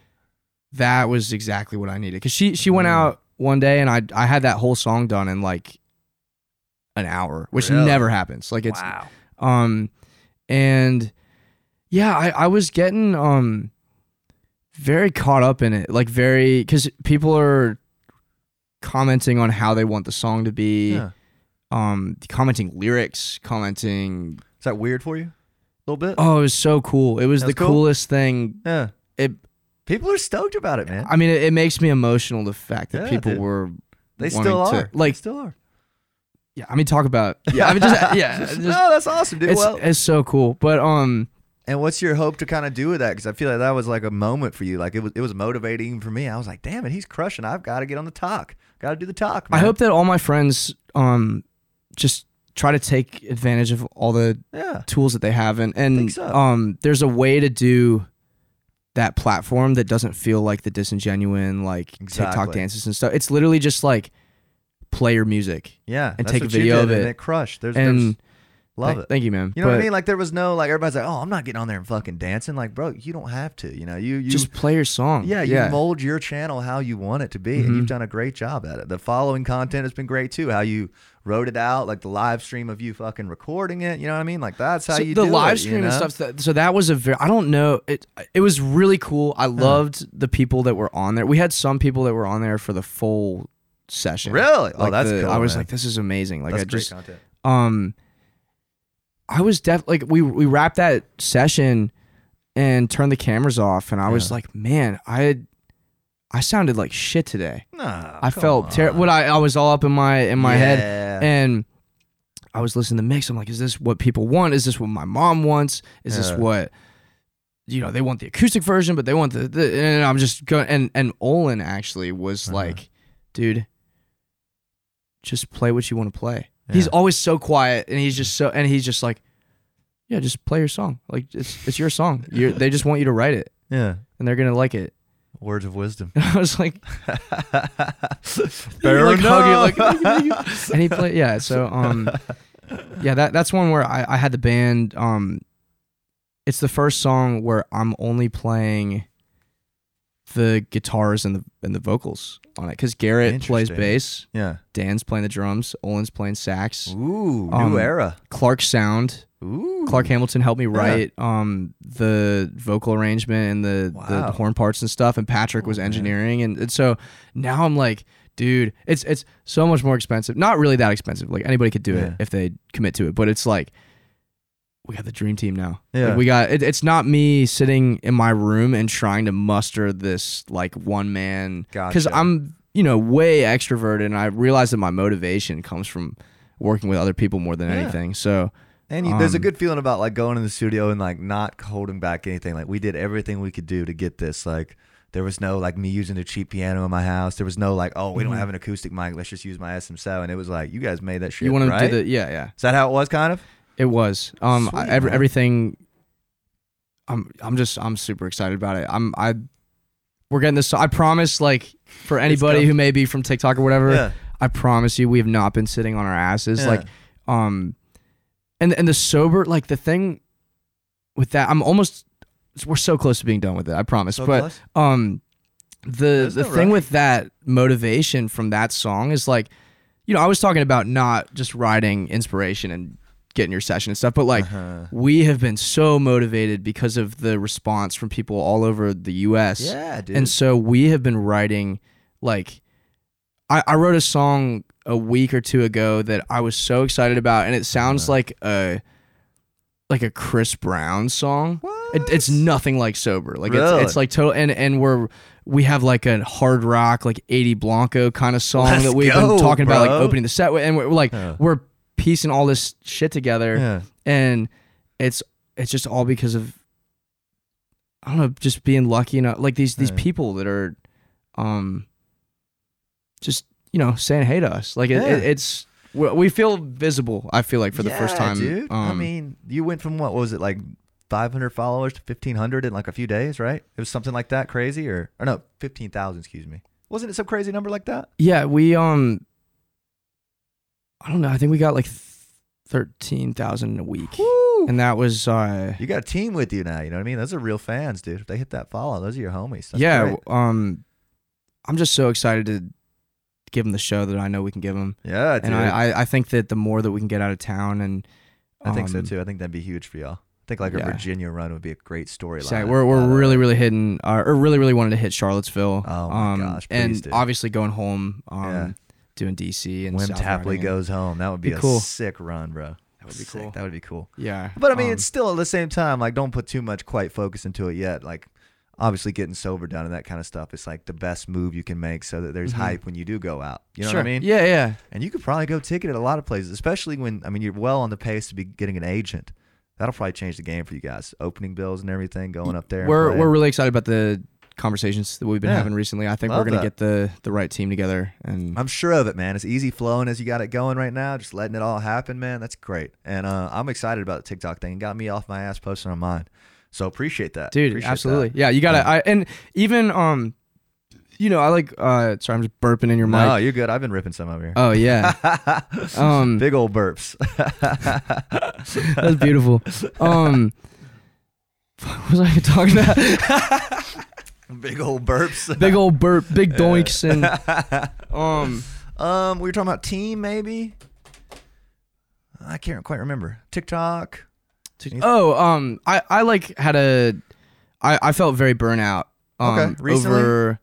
A: that was exactly what I needed. Cause she she went
B: Mm.
A: out one day and I I had that whole song done in like an hour, which
B: Really?
A: never happens. Like it's um and yeah, I I was getting um very caught up in it, like very because people are commenting on how they want the song to be,
B: Yeah.
A: um commenting lyrics, commenting.
B: Is that weird for you? A little bit.
A: Oh, it was so cool! It was
B: That's
A: the
B: cool.
A: coolest thing.
B: Yeah.
A: It
B: People are stoked about it, man.
A: I mean, it, it makes me emotional the fact that
B: Yeah,
A: people
B: dude.
A: were
B: They
A: wanting
B: still
A: to-
B: are.
A: like-
B: they still are.
A: Yeah, I mean, talk about yeah. I mean, just yeah, just-
B: no, that's awesome, dude.
A: it's
B: well,
A: it's so cool. But um,
B: And what's your hope to kind of do with that? Because I feel like that was like a moment for you. Like it was, it was motivating even for me. I was like, damn it, he's crushing. I've got to get on the talk. Got to do the talk.
A: I
B: man."
A: hope that all my friends um just try to take advantage of all the
B: Yeah.
A: tools that they have, and
B: Think
A: and
B: so.
A: um, there's a way to do that platform that doesn't feel like the disingenuine like TikTok
B: Exactly.
A: dances and stuff. It's literally just like play your music.
B: Yeah.
A: And
B: that's
A: take a
B: what you
A: video
B: did,
A: of
B: And
A: it.
B: it crushed. There's, there's
A: And
B: love
A: Th-
B: it.
A: Thank you, man.
B: You know what I
A: But
B: mean? Like there was no like everybody's like, oh, I'm not getting on there and fucking dancing. Like, bro, you don't have to. You know, you you
A: Just play your song.
B: Yeah, you mold your channel how you want it to be, and
A: Mm-hmm.
B: you've done a great job at it. The following content has been great too. How you wrote it out, like the live stream of you fucking recording it. You know what I mean? Like that's how
A: So
B: you
A: the
B: do
A: live
B: it,
A: stream
B: you know?
A: and stuff. That, so that was a very. I don't know. It it was really cool. I loved the people that were on there. We had some people that were on there for the full session.
B: Really? Oh,
A: Like
B: that's
A: the-
B: cool,
A: I was
B: man.
A: like, this is amazing. Like
B: That's
A: I
B: great
A: just
B: content.
A: um, I was def like we we wrapped that session and turned the cameras off, and I was
B: Yeah.
A: like, man, I I sounded like shit today.
B: Nah,
A: I
B: come
A: felt
B: on.
A: terrible. What I I was all up in my in my head
B: Yeah.
A: and I was listening to the mix. I'm like, is this what people want? Is this what my mom wants? Is this
B: Yeah.
A: what you know? They want the acoustic version, but they want the, the and I'm just going. And and Olin actually was
B: Uh-huh.
A: like, dude, just play what you want to play. He's
B: Yeah.
A: always so quiet, and he's just so, and he's just like, yeah, just play your song. Like it's it's your song. You're, they just want you to write it,
B: yeah.
A: and they're gonna like it.
B: Words of wisdom.
A: And I was like,
B: Fair
A: like, hug it, like,
B: enough.
A: and he played yeah so um yeah that that's one where I, I had the band um it's the first song where i'm only playing the guitars and the and the vocals on it because garrett plays
B: Interesting.
A: bass
B: yeah.
A: dan's playing the drums olin's playing sax
B: Ooh,
A: Um,
B: new era.
A: clark sound
B: Ooh,
A: clark hamilton helped me write um the vocal arrangement and the, the
B: Wow. Oh,
A: horn parts and stuff and patrick was
B: man.
A: engineering and, and so now i'm like dude it's it's so much more expensive not really that expensive like anybody could do it
B: Yeah.
A: if they commit to it but it's like we got the dream team now Like,
B: Yeah.
A: we got it, it's not me sitting in my room and trying to muster this like one man because
B: Gotcha.
A: i'm you know way extroverted and i realize that my motivation comes from working with other people more than
B: Yeah.
A: anything so
B: And you, there's a
A: Um,
B: good feeling about like going in the studio and like not holding back anything. Like we did everything we could do to get this. Like there was no like me using a cheap piano in my house. There was no like, oh, we
A: Mm-hmm.
B: don't have an acoustic mic. Let's just use my SM7. It was like you guys made that shit.
A: you want
B: right?
A: to do the yeah yeah
B: Is that how it was? Kind of.
A: It was. Um, I,
B: Sweet,
A: every,
B: man.
A: everything. I'm. I'm just. I'm super excited about it. I'm. I. We're getting this. I promise. Like for anybody
B: coming.
A: who may be from TikTok or whatever,
B: Yeah.
A: I promise you, we have not been sitting on our asses.
B: Yeah.
A: Like, um, and and the sober. Like the thing with that. I'm almost. We're so close to being done with it. I promise.
B: So
A: but
B: close?
A: um the
B: There's
A: the
B: no
A: thing
B: rush.
A: with that motivation from that song is like you know i was talking about not just writing inspiration and getting your session and stuff but like
B: Uh-huh.
A: we have been so motivated because of the response from people all over the us
B: yeah, dude.
A: and so we have been writing like I, I wrote a song a week or two ago that I was so excited about and it sounds like a like a Chris Brown song. It, it's nothing like sober. Like
B: Really?
A: it's, it's like total and and we're we have like a hard rock like 80 Blanco kind of song
B: Let's
A: that we've
B: go,
A: been talking about
B: bro.
A: like opening the set with and we're like
B: Yeah.
A: we're piecing all this shit together
B: Yeah.
A: and it's it's just all because of I don't know, just being lucky enough like these these
B: Yeah.
A: people that are um just you know saying hey to us. Like it,
B: Yeah.
A: it, it's we- we feel visible. I feel like for the first
B: Yeah,
A: time.
B: dude. I
A: Um,
B: mean, you went from what, what was it like 500 followers to 1500 in like a few days, right? It was something like that crazy or or no, 15,000, excuse me. Wasn't it some crazy number like that?
A: Yeah, we um I don't know, I think we got like th- 13,000 a week.
B: Woo!
A: And that was uh
B: You got a team with you now, you know what I mean? Those are real fans, dude. If they hit that follow, those are your homies. That's
A: yeah,
B: great.
A: um I'm just so excited to give them the show that I know we can give them.
B: Yeah, dude.
A: And I, I I think that the more that we can get out of town and
B: I think so
A: um,
B: too. I think that'd be huge for y'all. I think like a
A: yeah.
B: Virginia run would be a great storyline.
A: Exactly. We're we're
B: Uh,
A: really really hitting uh, or really really wanted to hit Charlottesville.
B: Oh my
A: um,
B: gosh, please
A: and
B: do.
A: obviously going home, um,
B: Yeah.
A: doing DC and
B: when
A: South
B: Tapley
A: Reading.
B: goes home. That would be,
A: Be
B: a
A: cool.
B: sick run, bro. That
A: would be cool.
B: That would be cool.
A: Yeah,
B: But I mean,
A: um,
B: it's still at the same time like don't put too much quite focus into it yet. Like obviously getting sober done and that kind of stuff is like the best move you can make so that there's
A: Mhm.
B: hype when you do go out. You know
A: sure.
B: what I mean?
A: Yeah, yeah.
B: And you could probably go ticket at a lot of places, especially when I mean you're well on the pace to be getting an agent. That'll probably change the game for you guys. Opening bills and everything going up there. and
A: We're
B: playing.
A: we're really excited about the conversations that we've been
B: Yeah.
A: having recently. I think
B: Love
A: we're gonna get
B: that.
A: the the right team together and
B: I'm sure of it, man. It's easy flowing as you got it going right now. Just letting it all happen, man. That's great. And uh, I'm excited about the TikTok thing. It got me off my ass posting on mine. So appreciate that.
A: dude,
B: Appreciate
A: absolutely. Yeah, you gotta. I and even um, you know, I like. uh Sorry, I'm just burping in your
B: That. No,
A: mic.
B: you're good. I've been ripping some over here.
A: Oh yeah, um,
B: Big old burps.
A: that's beautiful. Um, what was I even talking about?
B: Big old burps.
A: big old burp, big doinks, and um,
B: um, we were talking about team, maybe. I can't quite remember. TikTok. Anyth-
A: oh, um, I I like had a, I I felt very burnout. Um,
B: Okay, recently?
A: Over,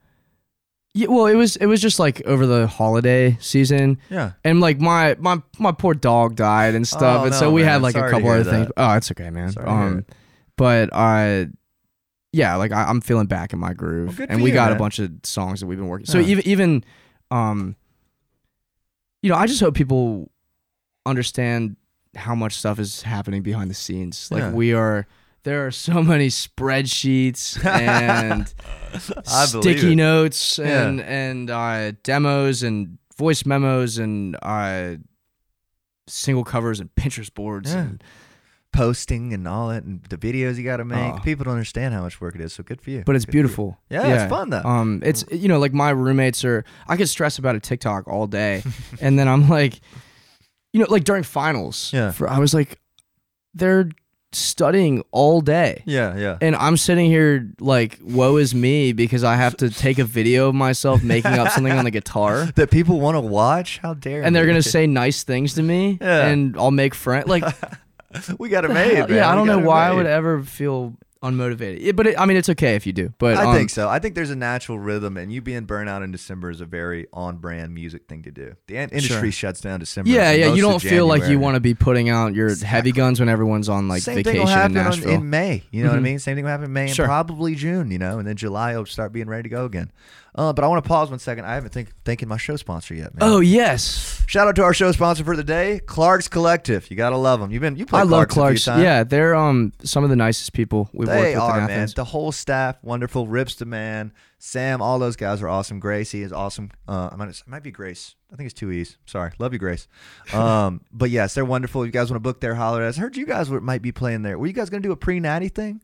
A: yeah, well, it was it was just like over the holiday season,
B: Yeah.
A: and like my my my poor dog died and stuff,
B: Oh,
A: and
B: no,
A: so we
B: man.
A: had like
B: Sorry
A: a
B: to
A: couple
B: hear
A: other
B: that.
A: things. Oh, it's okay, man.
B: Sorry to hear
A: um, but I. Yeah, like I, I'm feeling back in my groove,
B: Well, good
A: and
B: for
A: we
B: you,
A: got
B: man.
A: a bunch of songs that we've been working. So
B: Yeah.
A: even even, um, you know, I just hope people understand how much stuff is happening behind the scenes. Like
B: Yeah.
A: we are there are so many spreadsheets and
B: I believe
A: sticky
B: it.
A: notes
B: Yeah.
A: and and uh, demos and voice memos and uh, single covers and Pinterest boards.
B: Yeah.
A: And,
B: Posting and all that, and the videos you got to make.
A: Oh.
B: People don't understand how much work it is. So good for you.
A: but it's
B: Good for you.
A: beautiful.
B: Yeah, it's fun though.
A: Um, it's you know like my roommates are. I could stress about a TikTok all day, and then I'm like, you know, like during finals.
B: Yeah.
A: For, I was like, they're studying all day.
B: Yeah, yeah.
A: And I'm sitting here like, woe is me because I have to take a video of myself making up something on the guitar.
B: that people want to watch? How dare
A: And they're
B: you.
A: gonna say nice things to me,
B: Yeah.
A: and I'll make friends. Like,
B: we got it made.
A: hell-
B: man.
A: yeah, I
B: We
A: don't
B: got
A: know
B: it
A: why I
B: made.
A: would ever feel unmotivated. Yeah, but it, I mean, it's okay if you do. But
B: I
A: um,
B: think so. I think there's a natural rhythm, and you being burnout in December is a very on-brand music thing to do. The in- industry shuts down December.
A: Yeah,
B: for
A: yeah.
B: most
A: You
B: of
A: don't feel like you
B: January.
A: want to be putting out your heavy guns when everyone's on like
B: Same thing
A: vacation
B: will
A: in
B: happen on-
A: Nashville. Mm-hmm.
B: in May. You know what I mean? Same thing will happen in May and
A: Sure.
B: probably June. You know, and then July will start being ready to go again. Uh, but I want to pause one second. I haven't think thanking my show sponsor yet. Man.
A: oh yes,
B: Shout out to our show sponsor for the day, Clark's Collective. You gotta love them. You've been you played
A: I love
B: Clark's.
A: Clark's.
B: a few times.
A: Yeah, they're um some of the nicest people we've worked
B: They
A: with
B: are,
A: in
B: man.
A: Athens.
B: The whole staff, wonderful. Rips the man, Sam, all those guys are awesome. Gracie is awesome. Uh, I might, it might be Grace. I think it's two E's. Sorry, love you, Grace. Um, but yes, they're wonderful. You guys want to book their holler at us? Heard you guys were, might be playing there. Were you guys gonna do a pre natty thing?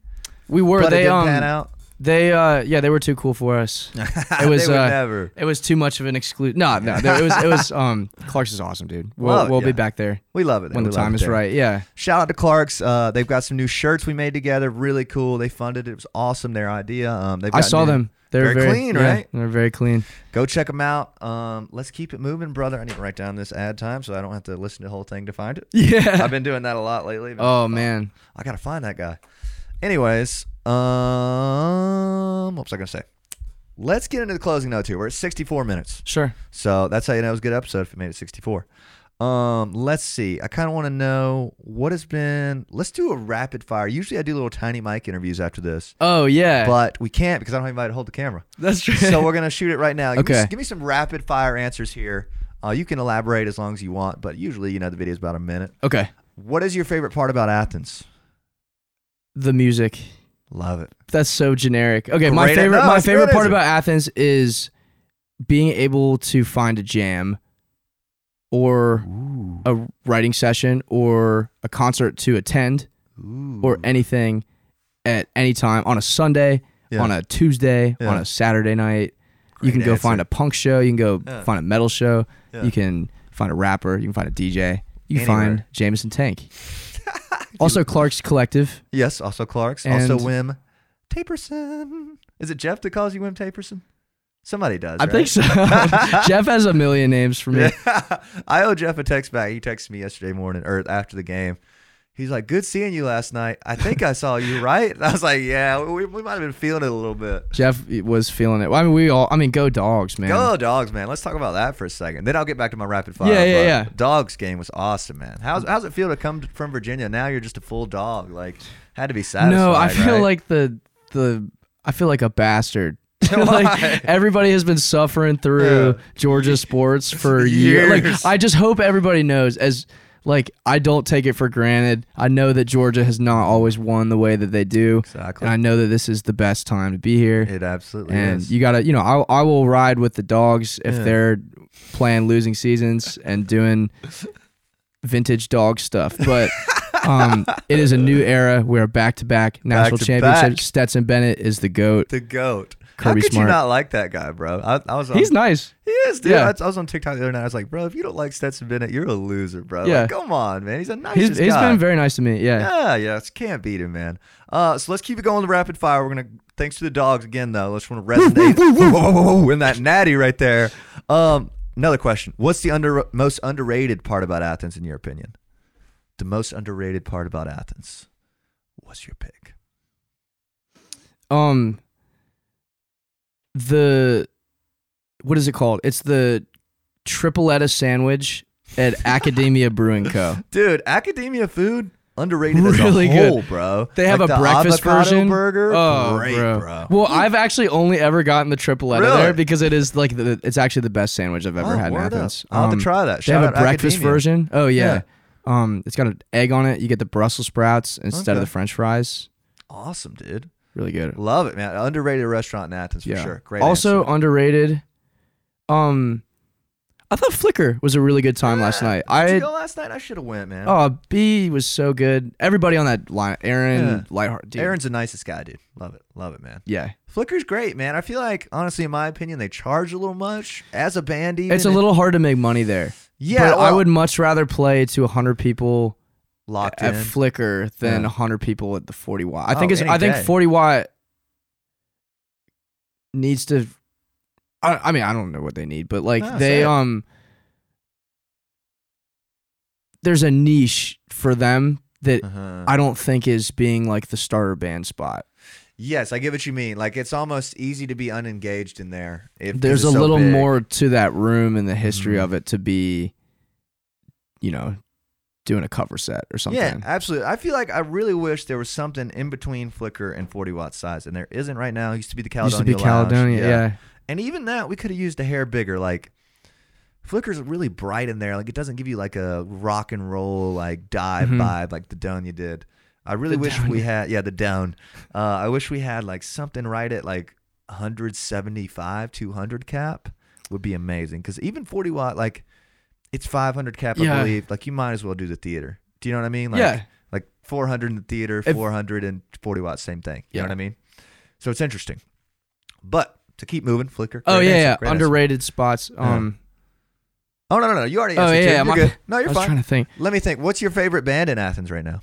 A: We were
B: but it
A: they
B: didn't
A: um
B: pan out.
A: they uh yeah they were too cool for us. It was
B: they would
A: uh,
B: never.
A: it was too much of an exclude. No, no, there- it was it was um Clark's is awesome, dude. We'll
B: Love it,
A: we'll
B: yeah.
A: be back there
B: We love it. there.
A: when the
B: We love
A: time
B: it
A: is
B: there.
A: right. Yeah,
B: Shout out to Clark's. Uh, they've got some new shirts we made together. Really cool. They funded it. It was awesome. Their idea. Um, they've
A: I
B: got
A: saw
B: new-
A: them. They're
B: Very clean,
A: yeah,
B: right?
A: They're very clean.
B: Go check them out. Um, let's keep it moving, brother. I need to write down this ad time so I don't have to listen to the whole thing to find it.
A: Yeah.
B: I've been doing that a lot lately. but
A: Oh man.
B: I gotta find that guy. Anyways, um, what was I gonna say? Let's get into the closing notes here. We're at 64 minutes,
A: Sure.
B: so that's how you know it was a good episode if it made it 64. Um, let's see. I kind of want to know what has been. Let's do a rapid fire. Usually, I do little tiny mic interviews after this,
A: Oh yeah,
B: but we can't because I don't have anybody to hold the camera.
A: that's true.
B: so we're gonna shoot it right now. Give Me,
A: Okay.
B: give me some rapid fire answers here. Uh, you can elaborate as long as you want, but usually, you know, the video is about a minute.
A: okay,
B: What is your favorite part about Athens?
A: the music.
B: Love it.
A: That's so generic. Okay, my
B: Great-
A: favorite
B: no,
A: my
B: it's good,
A: favorite part
B: isn't it?
A: about Athens is being able to find a jam or
B: Ooh.
A: a writing session or a concert to attend
B: Ooh.
A: or anything at any time on a Sunday,
B: Yeah.
A: on a Tuesday,
B: Yeah.
A: on a Saturday night. you
B: Great
A: can go
B: answer.
A: find a punk show, you can go
B: Yeah.
A: find a metal show,
B: Yeah.
A: you can find a rapper, you can find a DJ, you can
B: Anywhere.
A: find Jameson Tank. also Clark's Collective.
B: Yes, also Clark's.
A: And-
B: also Wim Taperson. Is it Jeff that calls you Wim Taperson? Somebody does.
A: I
B: right?
A: think so. Jeff has a million names for me.
B: Yeah. I owe Jeff a text back. He texted me yesterday morning or after the game. He's like, "Good seeing you last night. I think I saw you, right?" And I was like, "Yeah, we, we might have been feeling it a little bit."
A: Jeff was feeling it. Well, I mean, we all. I mean, go dogs, man.
B: Go dogs, man. Let's talk about that for a second. Then I'll get back to my rapid fire.
A: Yeah, yeah,
B: but
A: yeah.
B: Dogs game was awesome, man. How's how's it feel to come from Virginia? Now you're just a full dog. Like, had to be satisfied.
A: no, I feel
B: right?
A: like the the. I feel like a bastard. like
B: Why?
A: everybody has been suffering through
B: Yeah.
A: Georgia sports for years. Like
B: Years.
A: I just hope everybody knows as like I don't take it for granted. I know that Georgia has not always won the way that they do,
B: exactly.
A: and I know that this is the best time to be here.
B: it absolutely
A: and
B: is.
A: you gotta, you know, I I will ride with the dogs if
B: Yeah.
A: they're playing losing seasons and doing vintage dog stuff. But um, it is a new era. We are back to back national
B: to
A: championship.
B: back.
A: Stetson Bennett is the goat.
B: the goat.
A: Kirby
B: How could
A: Smart.
B: you not like that guy, bro? I, I was. On,
A: He's nice.
B: He is, dude.
A: Yeah.
B: I, was- I was on TikTok the other night. I was like, bro, if you don't like Stetson Bennett, you're a loser, bro. Like,
A: Yeah.
B: come on, man. He's a nice
A: He's, he's
B: guy.
A: been very nice to me. Yeah.
B: yeah, yeah. it's- Can't beat him, man. Uh, so let's keep it going with rapid fire. We're gonna thanks to the dogs again, though. Let's want to resonate Whoa, whoa, whoa, whoa, in that natty right there. Um, another question: What's the under most underrated part about Athens, in your opinion? The most underrated part about Athens. What's your pick?
A: Um. The, what is it called? It's the tripletta sandwich at Academia Brewing Co.
B: Dude, academia food underrated
A: Really
B: as a
A: good.
B: whole, bro.
A: They have
B: Like
A: a
B: the
A: breakfast
B: avocado
A: version.
B: burger.
A: Oh,
B: Great,
A: bro.
B: bro.
A: Well, I've actually only ever gotten the tripletta
B: Really?
A: there because it is like the, it's actually the best sandwich I've ever
B: Oh,
A: had in
B: word up.
A: Athens.
B: I'll have
A: Um,
B: to try that.
A: They
B: Shout
A: have a
B: out
A: breakfast
B: Academia.
A: version. Oh yeah.
B: Yeah.
A: Um, it's got an egg on it. You get the Brussels sprouts instead of
B: Okay.
A: the French fries.
B: Awesome, dude.
A: Really good.
B: Love it, man. Underrated restaurant in Athens for
A: Yeah.
B: sure. Great.
A: also
B: answer.
A: underrated. Um, I thought Flickr was a really good time last night.
B: Did you
A: I
B: go last night I should have went, man.
A: oh B was so good. Everybody on that line, Aaron
B: Yeah.
A: Lightheart, dude.
B: Aaron's the nicest guy, dude. Love it. Love it, man.
A: yeah.
B: Flickr's great, man. I feel like, honestly, in my opinion, they charge a little much as a band. Even
A: It's a little hard to make money there.
B: yeah.
A: but I
B: well,
A: would much rather play to 100 people
B: locked
A: at
B: in.
A: Flickr than
B: Yeah.
A: 100 people at the 40 watt. I
B: Oh,
A: think it's
B: any
A: I think
B: day.
A: 40 watt needs to I, I mean I don't know what they need, but like
B: No, say
A: they
B: it.
A: um there's a niche for them that
B: Uh-huh.
A: I don't think is being like the starter band spot.
B: Yes, I get what you mean. Like it's almost easy to be unengaged in there. If 'cause
A: There's
B: it's
A: a
B: so
A: little
B: big.
A: more to that room and the history
B: Mhm.
A: of it to be you know doing a cover set or something.
B: Yeah, absolutely. I feel like I really wish there was something in between Flickr and 40 watt size, and there isn't right now. It used to be the Caledonia.
A: Used to be
B: Lounge.
A: Caledonia, yeah.
B: And even that, we could have used a hair bigger. Like Flickr's really bright in there. Like it doesn't give you like a rock and roll like dive
A: Mhm.
B: vibe like the Donya did. I really
A: The
B: wish we had yeah the down. Uh, I wish we had like something right at like 175 200 cap would be amazing because even 40 watt like it's 500 cap
A: Yeah.
B: I believe. Like you might as well do the theater. Do you know what I mean? Like,
A: Yeah.
B: Like 400 in the theater,
A: If-
B: 400 and 40 watt, same thing. You
A: Yeah.
B: know what I mean? So it's interesting. But to keep moving, Flickr.
A: Oh yeah,
B: great answer,
A: yeah.
B: great answer.
A: underrated spots.
B: Yeah.
A: Um,
B: Oh no, no, no! You already
A: Oh,
B: answered.
A: yeah,
B: two.
A: yeah,
B: You're
A: my-
B: good. No,
A: I
B: you're
A: was
B: fine.
A: trying to think.
B: Let me think. What's your favorite band in Athens right now?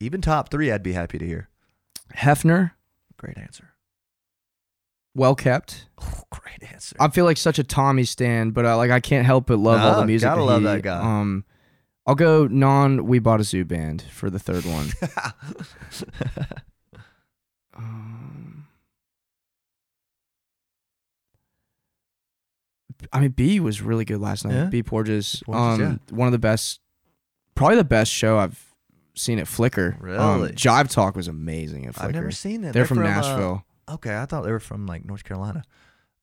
B: Even top three, I'd be happy to hear.
A: Hefner,
B: Great answer.
A: well kept.
B: Oh, great answer.
A: I feel like such a Tommy stan, but I, like I can't help but love all
B: No,
A: the music.
B: Ah, gotta
A: that
B: love
A: he-
B: that guy.
A: Um, I'll go non. We bought a zoo band for the third one. um, I mean, B was really good last night.
B: Yeah.
A: B Porges,
B: Porges,
A: um, one of the best, probably the best show I've seen at Flickr. Um,
B: Really?
A: Jive Talk was amazing at Flickr.
B: I've never seen them.
A: They're, from,
B: uh,
A: Nashville.
B: okay, I thought they were from like North Carolina.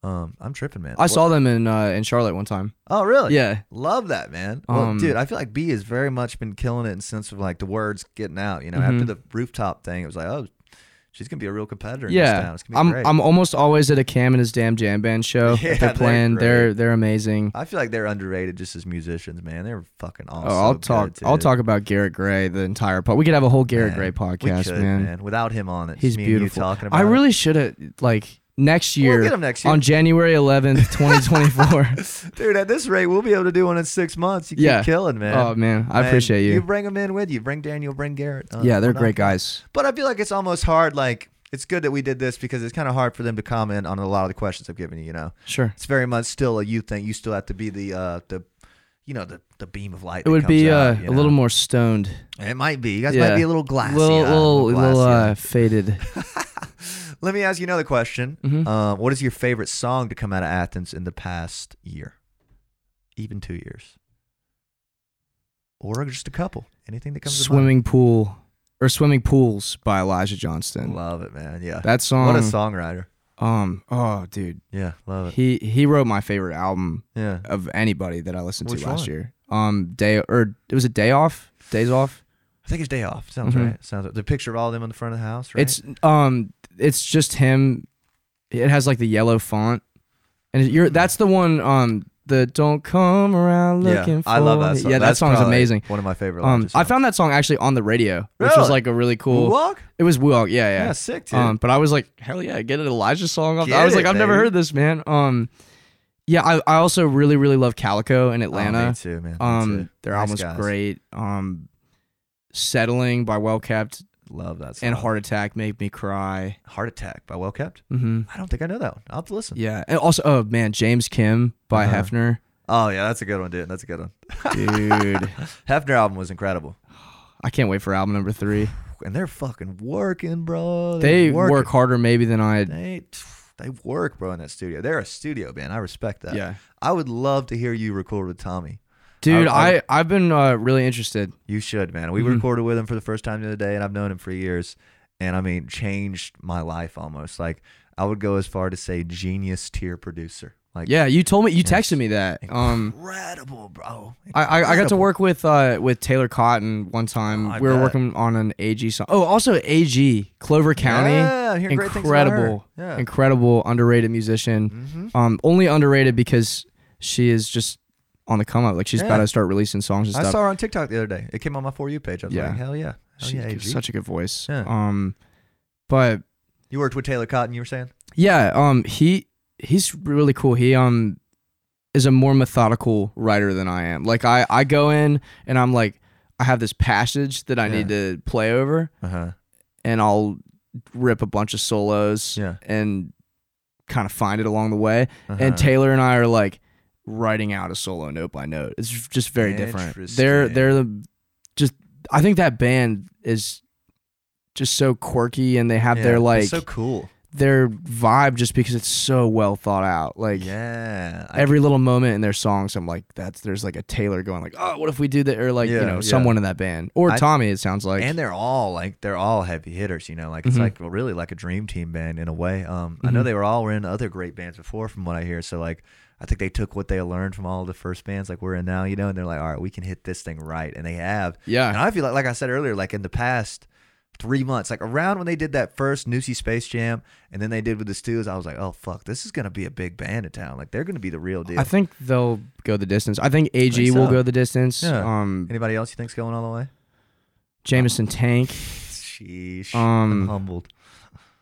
B: Um, I'm tripping, man.
A: I
B: What-
A: saw them in uh, in Charlotte one time.
B: Oh, really?
A: Yeah,
B: Love that, man. Well,
A: Um,
B: dude, I feel like B has very much been killing it in the sense of like the words getting out. You know,
A: Mhm.
B: after the rooftop thing, it was like, oh, she's gonna be a real competitor. In This
A: yeah.
B: town. It's gonna be
A: I'm
B: great.
A: I'm almost always at a Cam and his damn jam band show.
B: Yeah,
A: that they're
B: they're
A: playing.
B: great.
A: They're they're amazing.
B: I feel like they're underrated just as musicians, man. They're fucking awesome.
A: oh, I'll talk. I'll talk about Garrett Gray the entire pod. We could have a whole Garrett Gray podcast, man.
B: Without him on it,
A: He's
B: just me
A: beautiful.
B: And you talking about
A: I
B: it.
A: really should have like next
B: We'll
A: year,
B: get him next year.
A: on January 11th, 2024.
B: dude. At this rate, we'll be able to do one in six months. You keep
A: Yeah.
B: killing, man.
A: oh man, I
B: Man,
A: appreciate you.
B: You bring them in with you. Bring Daniel. Bring Garrett. Uh,
A: yeah, they're
B: we're not-
A: great guys.
B: But I feel like it's almost hard. Like it's good that we did this because it's kind of hard for them to comment on a lot of the questions I've given you. You know,
A: Sure.
B: it's very much still a you thing. You still have to be the uh the. You know the, the beam of light.
A: It would be uh, a little more stoned,
B: It might be. You guys
A: Yeah.
B: might be a little glassy.
A: little,
B: uh,
A: little, little
B: glassy-eyed.
A: uh, faded.
B: Let me ask you another question.
A: Mhm.
B: Uh, what is your favorite song to come out of Athens in the past year, even two years, or just a couple? Anything that comes to mind?
A: swimming pool or swimming pools by Elijah Johnston.
B: Love it, man. Yeah.
A: That song.
B: what a songwriter.
A: Um. Oh, dude.
B: Yeah, love it.
A: He he wrote my favorite album
B: Yeah.
A: of anybody that I listened
B: Which
A: to last
B: one?
A: year. Um. Day or it was a day off. Days off.
B: I think it's day off. Sounds
A: Mhm.
B: right. Sounds the picture of all of them on the front of the house. Right?
A: It's um, it's just him. It has like the yellow font, and you're that's the one um the don't come around
B: yeah.
A: looking for.
B: I love that
A: me."
B: song.
A: Yeah, that
B: That's
A: song's
B: probably
A: amazing.
B: One of my favorite.
A: Um,
B: Elijah
A: I
B: songs.
A: found that song actually on the radio, which was
B: Really?
A: like a really cool.
B: Walk.
A: It was Walk, yeah,
B: Yeah.
A: yeah.
B: sick dude.
A: um, but I was like, hell yeah, get an Elijah song. Off.
B: Get
A: I was
B: it,
A: like, I've never
B: baby.
A: heard this, man. Um, yeah, I, I also really really love Calico in
B: Oh,
A: Atlanta.
B: me too, man. Me
A: um,
B: too.
A: their
B: Nice
A: album's
B: guys.
A: great. Um, Settling by Well Kept
B: Love that song.
A: and Heart Attack make me cry.
B: Heart Attack by Well Kept.
A: Mm-hmm.
B: I don't think I know that one. I'll have to listen.
A: Yeah, and also, oh man, James Kim by
B: Uh-huh.
A: Hefner,
B: Oh yeah, that's a good one, dude. That's a good one.
A: dude.
B: Hefner album was incredible,
A: I can't wait for album number three.
B: and they're fucking working, bro.
A: They
B: working.
A: work harder maybe than I.
B: They they work, bro, in that studio. They're a studio band. I respect that.
A: Yeah,
B: I would love to hear you record with Tommy.
A: dude,
B: I-
A: I, I have been uh, really interested.
B: You should, man. We
A: Mhm.
B: recorded with him for the first time the other day, and I've known him for years. And I mean, changed my life almost. Like I would go as far to say, genius tier producer. Like
A: Yeah, you told me you
B: Yes.
A: texted me that. Um,
B: incredible, bro.
A: I I, I got to
B: Incredible.
A: work with uh with Taylor Cotton one time.
B: Oh, I
A: we were
B: bet.
A: working on an AG song. Oh, also AG Clover County,
B: Yeah, I'm hearing great things about her.
A: incredible,
B: Yeah.
A: incredible underrated musician.
B: Mhm.
A: Um, only underrated because she is just on the come up. Like she's
B: Yeah.
A: about to start releasing songs and
B: I
A: stuff.
B: saw her on TikTok the other day. It came on my for you page. I was
A: Yeah.
B: like, hell yeah, hell
A: She
B: Oh, yeah,
A: gives
B: AG.
A: such a good voice.
B: Yeah.
A: Um, but
B: You worked with Taylor Cotton. You were saying?
A: yeah, um, he he's really cool. He um is a more methodical writer than I am. Like I I go in and I'm like I have this passage that I need to play over,
B: Uh huh.
A: and I'll rip a bunch of solos
B: Yeah.
A: and kind of find it along the way.
B: Uh-huh.
A: And Taylor and I are like writing out a solo note by note. It's just very different. They're
B: Interesting.
A: they're the just I think that band is just so quirky and they have
B: Yeah,
A: their
B: it's
A: like
B: so cool.
A: their vibe just because it's so well thought out. Like
B: yeah, I
A: every little moment in their songs, I'm like, that's there's like a Taylor going like, oh, what if we do that? Or like
B: Yeah,
A: you know
B: yeah.
A: someone in that band or
B: I-
A: Tommy. It sounds like
B: and they're all like they're all heavy hitters you know like it's
A: Mhm.
B: like really like a dream team band in a way um i know
A: Mhm.
B: they were all were in other great bands before from what i hear so like i think they took what they learned from all the first bands like we're in now you know and they're like all right we can hit this thing right and they have and
A: yeah,
B: i feel like like i said earlier like in the past three months like around when they did that first Newsy space jam and then they did with the stews i was like oh fuck this is gonna be a big band in town like they're gonna be the real deal
A: I think they'll go the distance. I think AG
B: Think
A: will
B: so.
A: go the distance.
B: Yeah.
A: Um,
B: anybody else you think's going all the way
A: Jameson Tank.
B: sheesh
A: Um,
B: I'm humbled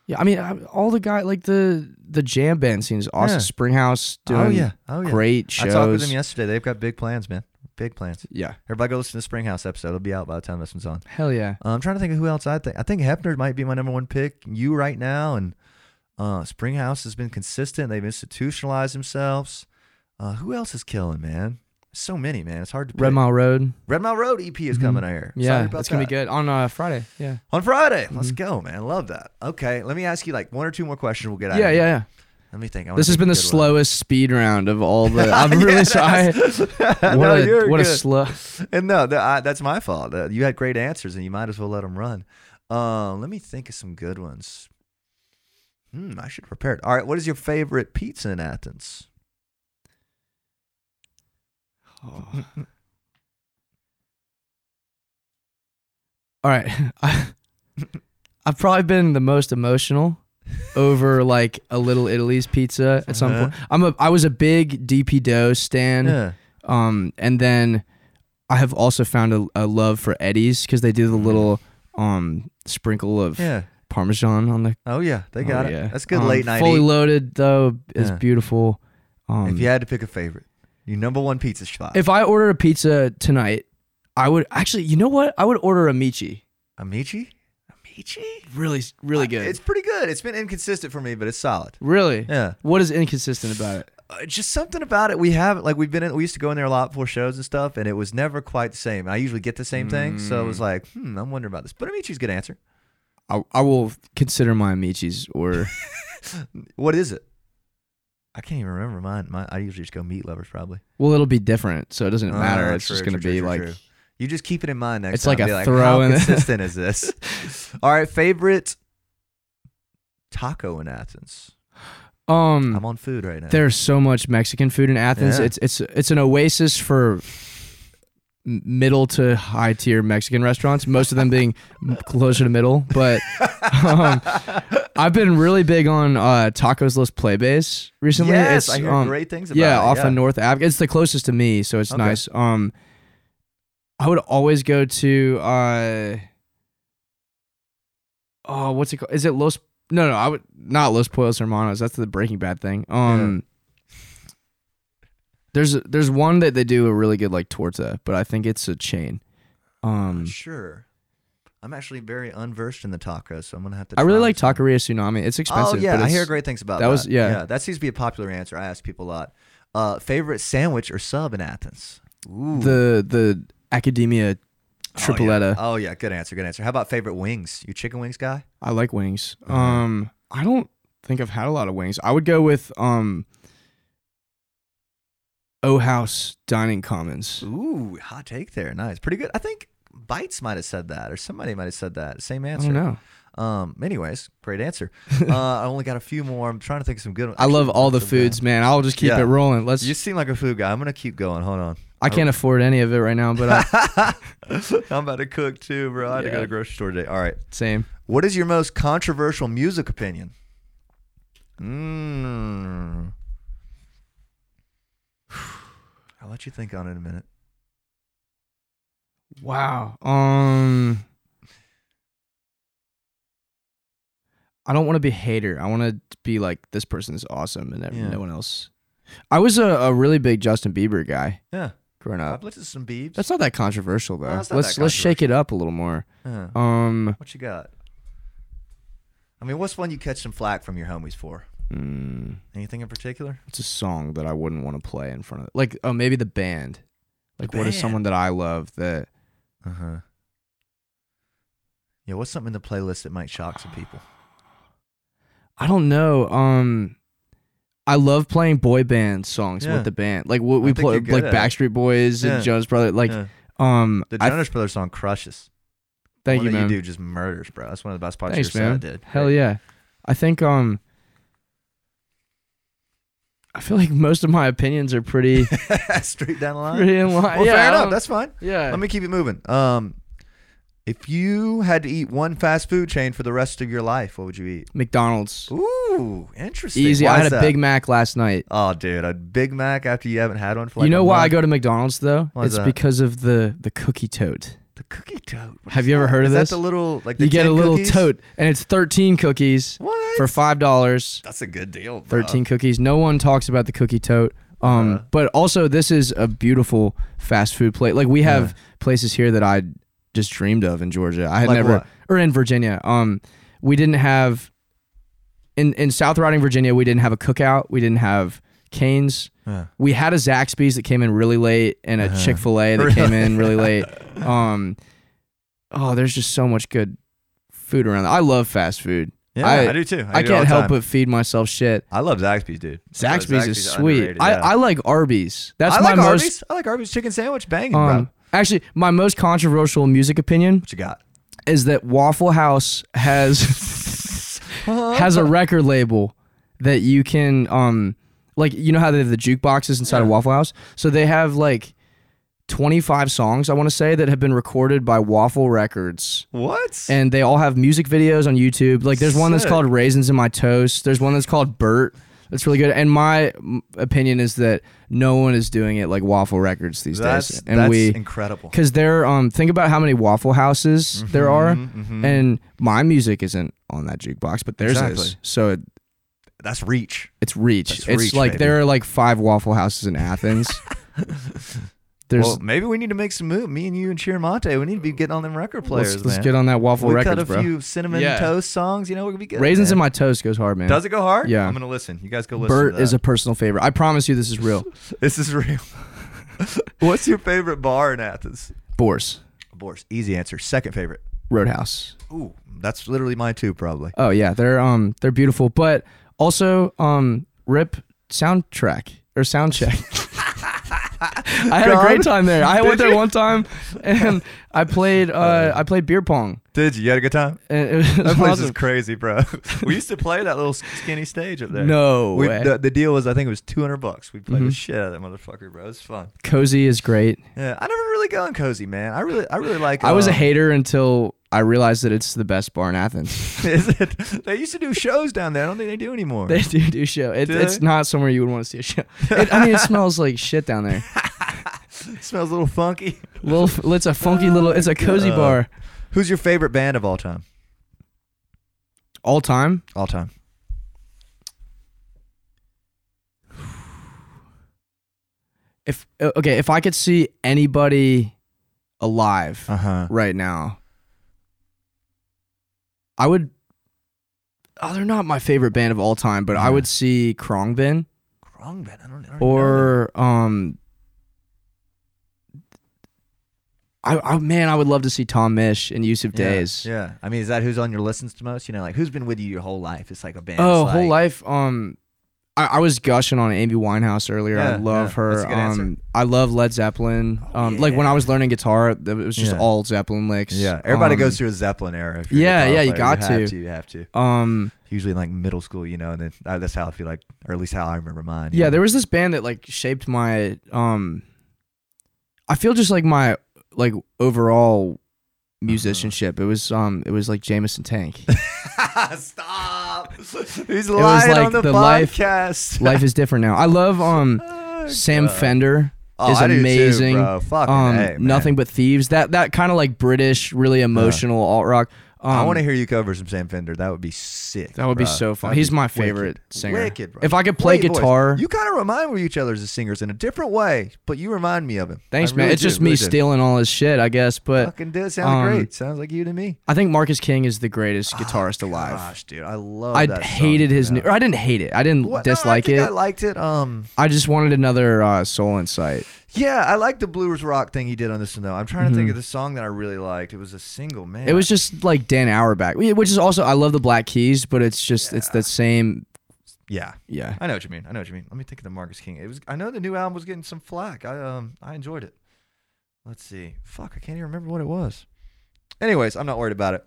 A: Yeah, I mean, I, all the guy like the the jam band scenes. Austin Springhouse doing
B: oh yeah oh yeah
A: great
B: I
A: shows.
B: talked with them yesterday. They've got big plans, man. Big plans.
A: Yeah,
B: Everybody go listen to the Springhouse episode. It'll be out by the time this one's on.
A: hell yeah.
B: Uh, I'm trying to think of who else I think. I think Hefner might be my number one pick. You right now and uh, Springhouse has been consistent. They've institutionalized themselves. Uh, who else is killing, man? So many, man. It's hard to pick.
A: Red Mile Road.
B: Red Mile Road EP is
A: Mhm.
B: coming out here.
A: Yeah,
B: Excited about
A: it's gonna
B: that.
A: be good Mm-hmm. on uh, Friday. Yeah.
B: on Friday. Let's go, man. Love that. Okay, let me ask you like one or two more questions. We'll get out.
A: Yeah,
B: of
A: yeah,
B: here.
A: yeah.
B: Let me think. I wanna
A: This has
B: think
A: been
B: of
A: the
B: a good one.
A: slowest speed round of all the. I'm really sorry. What
B: No,
A: a
B: you're
A: what a
B: good.
A: slow.
B: And no, th- I, that's my fault. Uh, you had great answers, and you might as well let them run. Um, let me think of some good ones. Hmm, I should prepare it. All right, what is your favorite pizza in Athens?
A: All right, I, I've probably been the most emotional over like a Little Italy's pizza at some point. I'm a I was a big DP Dough stand.
B: Uh-huh. Yeah.
A: Um, and then I have also found a, a love for Eddie's because they do the little um sprinkle of
B: Mm. Yeah.
A: Parmesan on the.
B: Oh yeah, they
A: oh,
B: got
A: yeah.
B: it. That's good
A: Um,
B: late night.
A: Fully
B: eat.
A: loaded though is
B: Yeah.
A: beautiful. Um,
B: if you had to pick a favorite, your number one pizza spot,
A: If I ordered a pizza tonight, I would actually. You know what? I would order a Michi.
B: Amici. Amici.
A: Really, really good.
B: Uh, It's pretty good. It's been inconsistent for me, but it's solid.
A: really.
B: Yeah.
A: What is inconsistent about it?
B: uh, just something about it. We have like we've been in, we used to go in there a lot for shows and stuff, and it was never quite the same. I usually get the same thing, so it
A: Mm.
B: was like, hmm, I'm wondering about this. But Amici's a good answer.
A: I, I will consider my Michis or
B: What is it? I can't even remember mine. My, I usually just go meat lovers probably.
A: well, it'll be different, so it doesn't
B: Oh,
A: matter. it's
B: true,
A: just gonna
B: true,
A: be
B: true,
A: like
B: true. you just keep it in mind next.
A: It's like
B: time.
A: a
B: Be
A: throw
B: How
A: in-
B: consistent is this? All right, favorite taco in Athens.
A: um.
B: I'm on food right now.
A: There's so much Mexican food in Athens.
B: Yeah.
A: It's it's it's an oasis for m- middle to high tier Mexican restaurants. Most of them being m- closer to middle, but um, I've been really big on uh, Tacos Los Playbase recently.
B: yes,
A: it's,
B: I hear
A: um,
B: great things about
A: yeah,
B: it.
A: off
B: yeah.
A: of North Ave. It's the closest to me, so it's
B: Okay.
A: nice. Um, I would always go to uh, oh, what's it called? Is it Los? No, no, I would not Los Pueblos Hermanos. That's the Breaking Bad thing. Um, there's there's one that they do a really good like torta, but I think it's a chain.
B: Oh,
A: Um,
B: Sure. I'm actually very unversed in the tacos, so I'm gonna have to.
A: I really
B: try
A: like
B: some.
A: Taqueria Tsunami. It's expensive.
B: Oh yeah,
A: but
B: I
A: it's-
B: hear great things about that.
A: that was- yeah.
B: that seems to be a popular answer. I ask people a lot. Uh, favorite sandwich or sub in Athens? Ooh.
A: the the Academia Tripletta.
B: Oh yeah, good answer. Good answer. How about favorite wings? You chicken wings guy?
A: I like wings. Um, I don't think I've had a lot of wings. I would go with um, O House Dining Commons.
B: Ooh, hot take there. Nice, pretty good. I think Bites might have said that, or somebody might have said that. Same
A: I
B: answer.
A: don't know.
B: Um. Anyways, great answer. uh, I only got a few more. I'm trying to think of some good ones.
A: I love
B: Actually,
A: all the
B: some bad.
A: foods, man. I'll just keep
B: Yeah.
A: it rolling. Let's.
B: You Oh. seem like a food guy. I'm gonna keep going. Hold on.
A: I can't afford any of it right now, but I,
B: I'm about to cook too, bro. I had to go to
A: Yeah.
B: the grocery store today. All right.
A: same.
B: What is your most controversial music opinion? Mm. I'll let you think on it a minute.
A: Wow. Um. I don't want to be a hater. I want to be like this person is awesome and
B: Yeah.
A: no one else. I was a, a really big Justin Bieber guy
B: Yeah.
A: growing up.
B: I've listened to some Biebs.
A: That's not that controversial though.
B: No, it's
A: let's
B: not that
A: let's shake it up a little more.
B: Yeah.
A: Um,
B: What you got? I mean, what's one you catch some flack from your homies for?
A: mm,
B: Anything in particular?
A: it's a song that I wouldn't want to play in front of like oh maybe the band. Like what is
B: band.
A: someone that I love that
B: Uh
A: Uh-huh.
B: huh. Yeah, what's something in the playlist that might shock some people?
A: I don't know. Um, I love playing boy band songs
B: Yeah.
A: with the band. Like what we
B: think
A: play
B: you're good
A: like
B: at it.
A: Backstreet Boys
B: Yeah.
A: and Jonas Brothers. Like
B: Yeah.
A: um,
B: the
A: I
B: Jonas Brothers song crushes.
A: thank
B: one
A: you
B: that
A: man.
B: you do just murders, bro. That's one of the best parts
A: Thanks
B: of your
A: man.
B: set. I did.
A: Hell yeah. I think um. I feel like most of my opinions are pretty,
B: yeah. Straight down the line.
A: pretty in line.
B: Well,
A: yeah, I
B: fair enough.
A: don't-
B: That's fine.
A: yeah.
B: Let me keep it moving. Um, if you had to eat one fast food chain for the rest of your life, what would you eat?
A: McDonald's.
B: Ooh, interesting.
A: Easy.
B: Why
A: I
B: is
A: had a
B: that?
A: Big Mac last night.
B: Oh, dude, a Big Mac after you haven't had one for like
A: you know
B: a
A: why I
B: month?
A: go to McDonald's though?
B: Why is
A: it's
B: that?
A: because of the the cookie tote.
B: the cookie tote. What
A: Have
B: is
A: you ever
B: that?
A: heard of
B: Is
A: this?
B: That the little like the
A: you get a
B: 10
A: little
B: cookies?
A: tote, and it's thirteen cookies
B: What?
A: for five dollars.
B: That's a good deal. Bro.
A: Thirteen cookies. No one talks about the cookie tote. Um,
B: Uh-huh.
A: but also this is a beautiful fast food place. Like we have places here that I just dreamed of in Georgia. I had
B: Like
A: never
B: what?
A: or in Virginia. Um, we didn't have in in South Riding, Virginia. We didn't have a cookout. We didn't have canes.
B: Yeah.
A: we had a Zaxby's that came in really late and
B: Uh-huh.
A: a Chick Fil A that came in really late. Um, oh, there's just so much good food around. I love fast food.
B: Yeah, I, do too. I,
A: I,
B: do it all
A: can't
B: the
A: help
B: time.
A: but feed myself shit.
B: I love Zaxby's, dude. I thought
A: Zaxby's is sweet.
B: underrated,
A: I,
B: yeah.
A: I like Arby's. That's
B: I
A: my
B: like
A: most.
B: Arby's. I like Arby's chicken sandwich. Banging, bro.
A: Um, actually, my most controversial music opinion
B: What you got?
A: is that Waffle House has has a record label that you can um like you know how they have the jukeboxes inside of Waffle House, so they have like twenty five songs I want to say that have been recorded by Waffle Records.
B: What?
A: And they all have music videos on YouTube. Like there's one that's
B: Sick.
A: called Raisins in My Toast. There's one that's called Bert. That's really good. And my mm, opinion is that no one is doing it like Waffle Records these
B: that's
A: days. And
B: that's
A: we
B: incredible. Mm-hmm,
A: because there, um, think about how many Waffle Houses there are, and my music isn't on that jukebox, but theirs is.
B: Exactly.
A: So it,
B: That's reach.
A: it's reach.
B: That's
A: it's
B: reach,
A: like
B: baby.
A: there are like five Waffle Houses in Athens. There's
B: well, maybe we need to make some move. Me and you and Chiramonte, we need to be getting on them record players,
A: let's, let's
B: man.
A: get on that Waffle
B: we
A: Records,
B: cut a
A: bro.
B: few cinnamon
A: Yeah.
B: toast songs. You know, we're gonna be good.
A: Raisins
B: man.
A: in my toast goes hard, man.
B: Does it go hard?
A: Yeah.
B: I'm gonna listen. You guys go listen.
A: Bert
B: to
A: is
B: that.
A: a personal favorite. I promise you, this is real.
B: This is real. What's your favorite bar in Athens?
A: Boars
B: Boris. Easy answer. Second favorite.
A: Roadhouse.
B: Ooh, that's literally mine too, probably.
A: Oh yeah, they're um they're beautiful, but also um rip soundtrack or soundcheck. I had a
B: God.
A: great time there. I went there one time and I played uh I played beer pong.
B: Did you? You had a good time?
A: And it was
B: That place is
A: awesome.
B: crazy, bro. we used to play that little skinny stage up there.
A: No
B: We,
A: way. Mm-hmm.
B: the, the deal was, I think it was 200 bucks. We played the shit out of that motherfucker, bro. It was fun.
A: Cozy is great.
B: Yeah, I never really go in cozy, man. I really, I really like.
A: I was a
B: um,
A: hater until I realized that it's the best bar in Athens.
B: Is it? They used to do shows down there. I don't think they do anymore.
A: They do do show. It,
B: Do
A: it's
B: they?
A: not somewhere you would want to see a show. It, I mean, it smells like shit down there.
B: It smells a little funky.
A: Little, f- it's a funky little. It's a cozy
B: Oh God.
A: bar.
B: Who's your favorite band of all time?
A: All time,
B: All time.
A: if uh, okay, if I could see anybody alive
B: Uh huh.
A: right now, I would. Oh, they're not my favorite band of all time, but I
B: Yeah.
A: would see Krongbin
B: Wrong band. I don't. I don't know.
A: or um. I, I man, I would love to see Tom Mish and Yusuf
B: Yeah,
A: Days.
B: Yeah. I mean, is that who's on your listens to most? You know, like who's been with you your whole life? It's like a band.
A: Oh,
B: that's
A: whole
B: like-
A: life. Um, I, I was gushing on Amy Winehouse earlier. I
B: Yeah,
A: love
B: yeah,
A: her.
B: that's a good answer.
A: um, I love Led Zeppelin.
B: Oh,
A: um, like when
B: yeah.
A: I was learning guitar, th- it was just
B: Yeah.
A: all Zeppelin licks.
B: Yeah. Everybody
A: Um,
B: goes through a Zeppelin era. if you're a
A: yeah,
B: guitar
A: yeah, you
B: player.
A: got
B: have
A: to.
B: You have to.
A: Um,
B: Usually in like middle school, you know, and then uh, that's how I feel like, or at least how I remember mine. you
A: yeah,
B: know.
A: there was this band that like shaped my. Um, I feel just like my like
B: Uh-huh.
A: overall musicianship. It was um, it was like Jameson Tank.
B: Stop. He's
A: was
B: lying
A: like
B: on the,
A: the life-
B: podcast.
A: Life is different now. I love um,
B: Oh,
A: Sam
B: God.
A: Fender.
B: Oh,
A: is
B: I do too,
A: amazing.
B: bro. Fucking
A: um,
B: A, man. Uh-huh.
A: nothing but thieves. That that kind of like British, really emotional alt rock. Um,
B: I want to hear you cover some Sam Fender. That would be sick.
A: That would be
B: bro.
A: so fun.
B: That'd
A: He's
B: be
A: my favorite singer.
B: Wicked, bro.
A: If I could play
B: Great voice.
A: guitar-
B: you kind of remind me of each other as singers in a different way, but you remind me of him.
A: Thanks,
B: I
A: man.
B: really
A: It's
B: do,
A: just me
B: really do.
A: stealing all his shit, I guess. But
B: Fucking do. Sounds
A: um,
B: great. Sounds like you to me.
A: I think Marcus King is the greatest guitarist alive.
B: Gosh, dude, Ah, I love.
A: I
B: that
A: hated
B: song,
A: his
B: man.
A: new. Or I didn't hate it. I didn't
B: What- no, I
A: dislike
B: think
A: it.
B: I liked it. Um,
A: I just wanted another uh, soul insight.
B: yeah, I liked the blues rock thing he did on this one though. I'm trying to think of the song that I really liked. It was a single, man.
A: Mm-hmm. It was just like Dan Auerbach, wh- which is also I love the Black Keys, but it's just it's the same.
B: yeah.
A: Yeah,
B: I know what you mean. I know what you mean. Let me think of the Marcus King. It was. I know the new album was getting some flack. I um. I enjoyed it. Let's see. Fuck. I can't even remember what it was. Anyways, I'm not worried about it.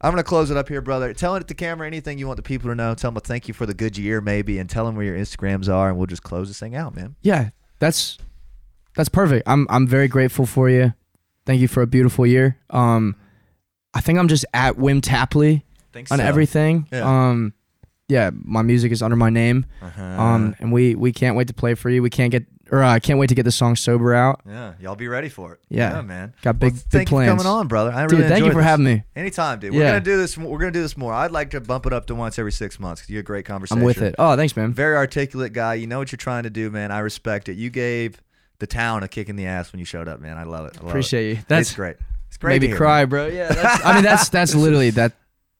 B: I'm gonna close it up here, brother. Tell it at the camera anything you want the people to know. Tell them a thank you for the good year, maybe, and tell them where your Instagrams are, and we'll just close this thing out, man.
A: yeah. That's that's perfect. I'm I'm very grateful for you. Thank you for a beautiful year. Um, I think I'm just at Wim Tapley
B: Thanks
A: on everything.
B: Yeah.
A: Um, yeah, my music is under my name.
B: Uh-huh.
A: Um, and we we can't wait to play for you. We can't get or uh, I can't wait to get the song sober out.
B: yeah, y'all be ready for it.
A: Yeah.
B: man.
A: Got big,
B: Well,
A: big
B: thank
A: plans.
B: you for coming on, brother. I
A: Dude,
B: really
A: thank you
B: enjoyed
A: for
B: this.
A: having me.
B: Anytime, dude. We're
A: Yeah.
B: gonna do this. We're gonna do this more. I'd like to bump it up to once every six months. 'cause You're a great conversation.
A: I'm with it. Oh, thanks, man.
B: Very articulate guy. You know what you're trying to do, man. I respect it. You gave the town a kick in the ass when you showed up, man. I love it. I love
A: Appreciate you.
B: it.
A: That's
B: it's
A: great.
B: great. It's great.
A: Made
B: to
A: me
B: hear,
A: cry,
B: man.
A: bro. Yeah, that's, I mean that's that's literally that.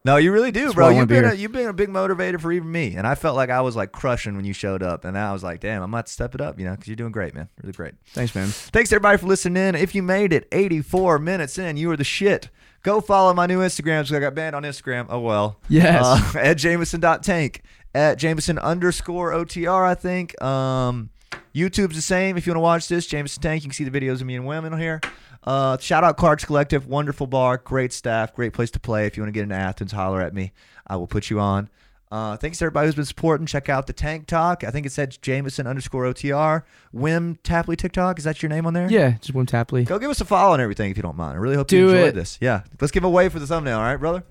B: No, you really do,
A: That's
B: bro.
A: why I wanna
B: You've
A: be
B: been a,
A: here.
B: you've been a big motivator for even me, and I felt like I was like crushing when you showed up, and I was like, damn, I'm about to step it up, you know, because you're doing great, man. Really great.
A: Thanks, man.
B: Thanks everybody for listening in. If you made it 84 minutes in, you are the shit. Go follow my new Instagram because I got banned on Instagram. Oh well.
A: Yes.
B: Uh, at Jameson.tank. At Jameson underscore OTR, I think. Um, YouTube's the same. If you want to watch this, Jameson Tank, you can see the videos of me and women on here. Uh, shout out Cards Collective, wonderful bar, great staff, great place to play. If you want to get into Athens, holler at me. I will put you on. Uh, thanks to everybody who's been supporting. Check out the Tank Talk. I think it said Jameson underscore OTR. Wim Tapley TikTok. Is that your name on there?
A: Yeah, just Wim Tapley.
B: Go give us a follow and everything if you don't mind. I really hope you
A: Do
B: enjoyed
A: it.
B: this. Yeah. Let's give a wave for the thumbnail, all right, brother?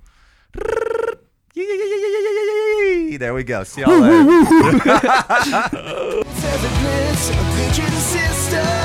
B: There we go. See y'all later.
C: Says a glitz, a glitch in the system.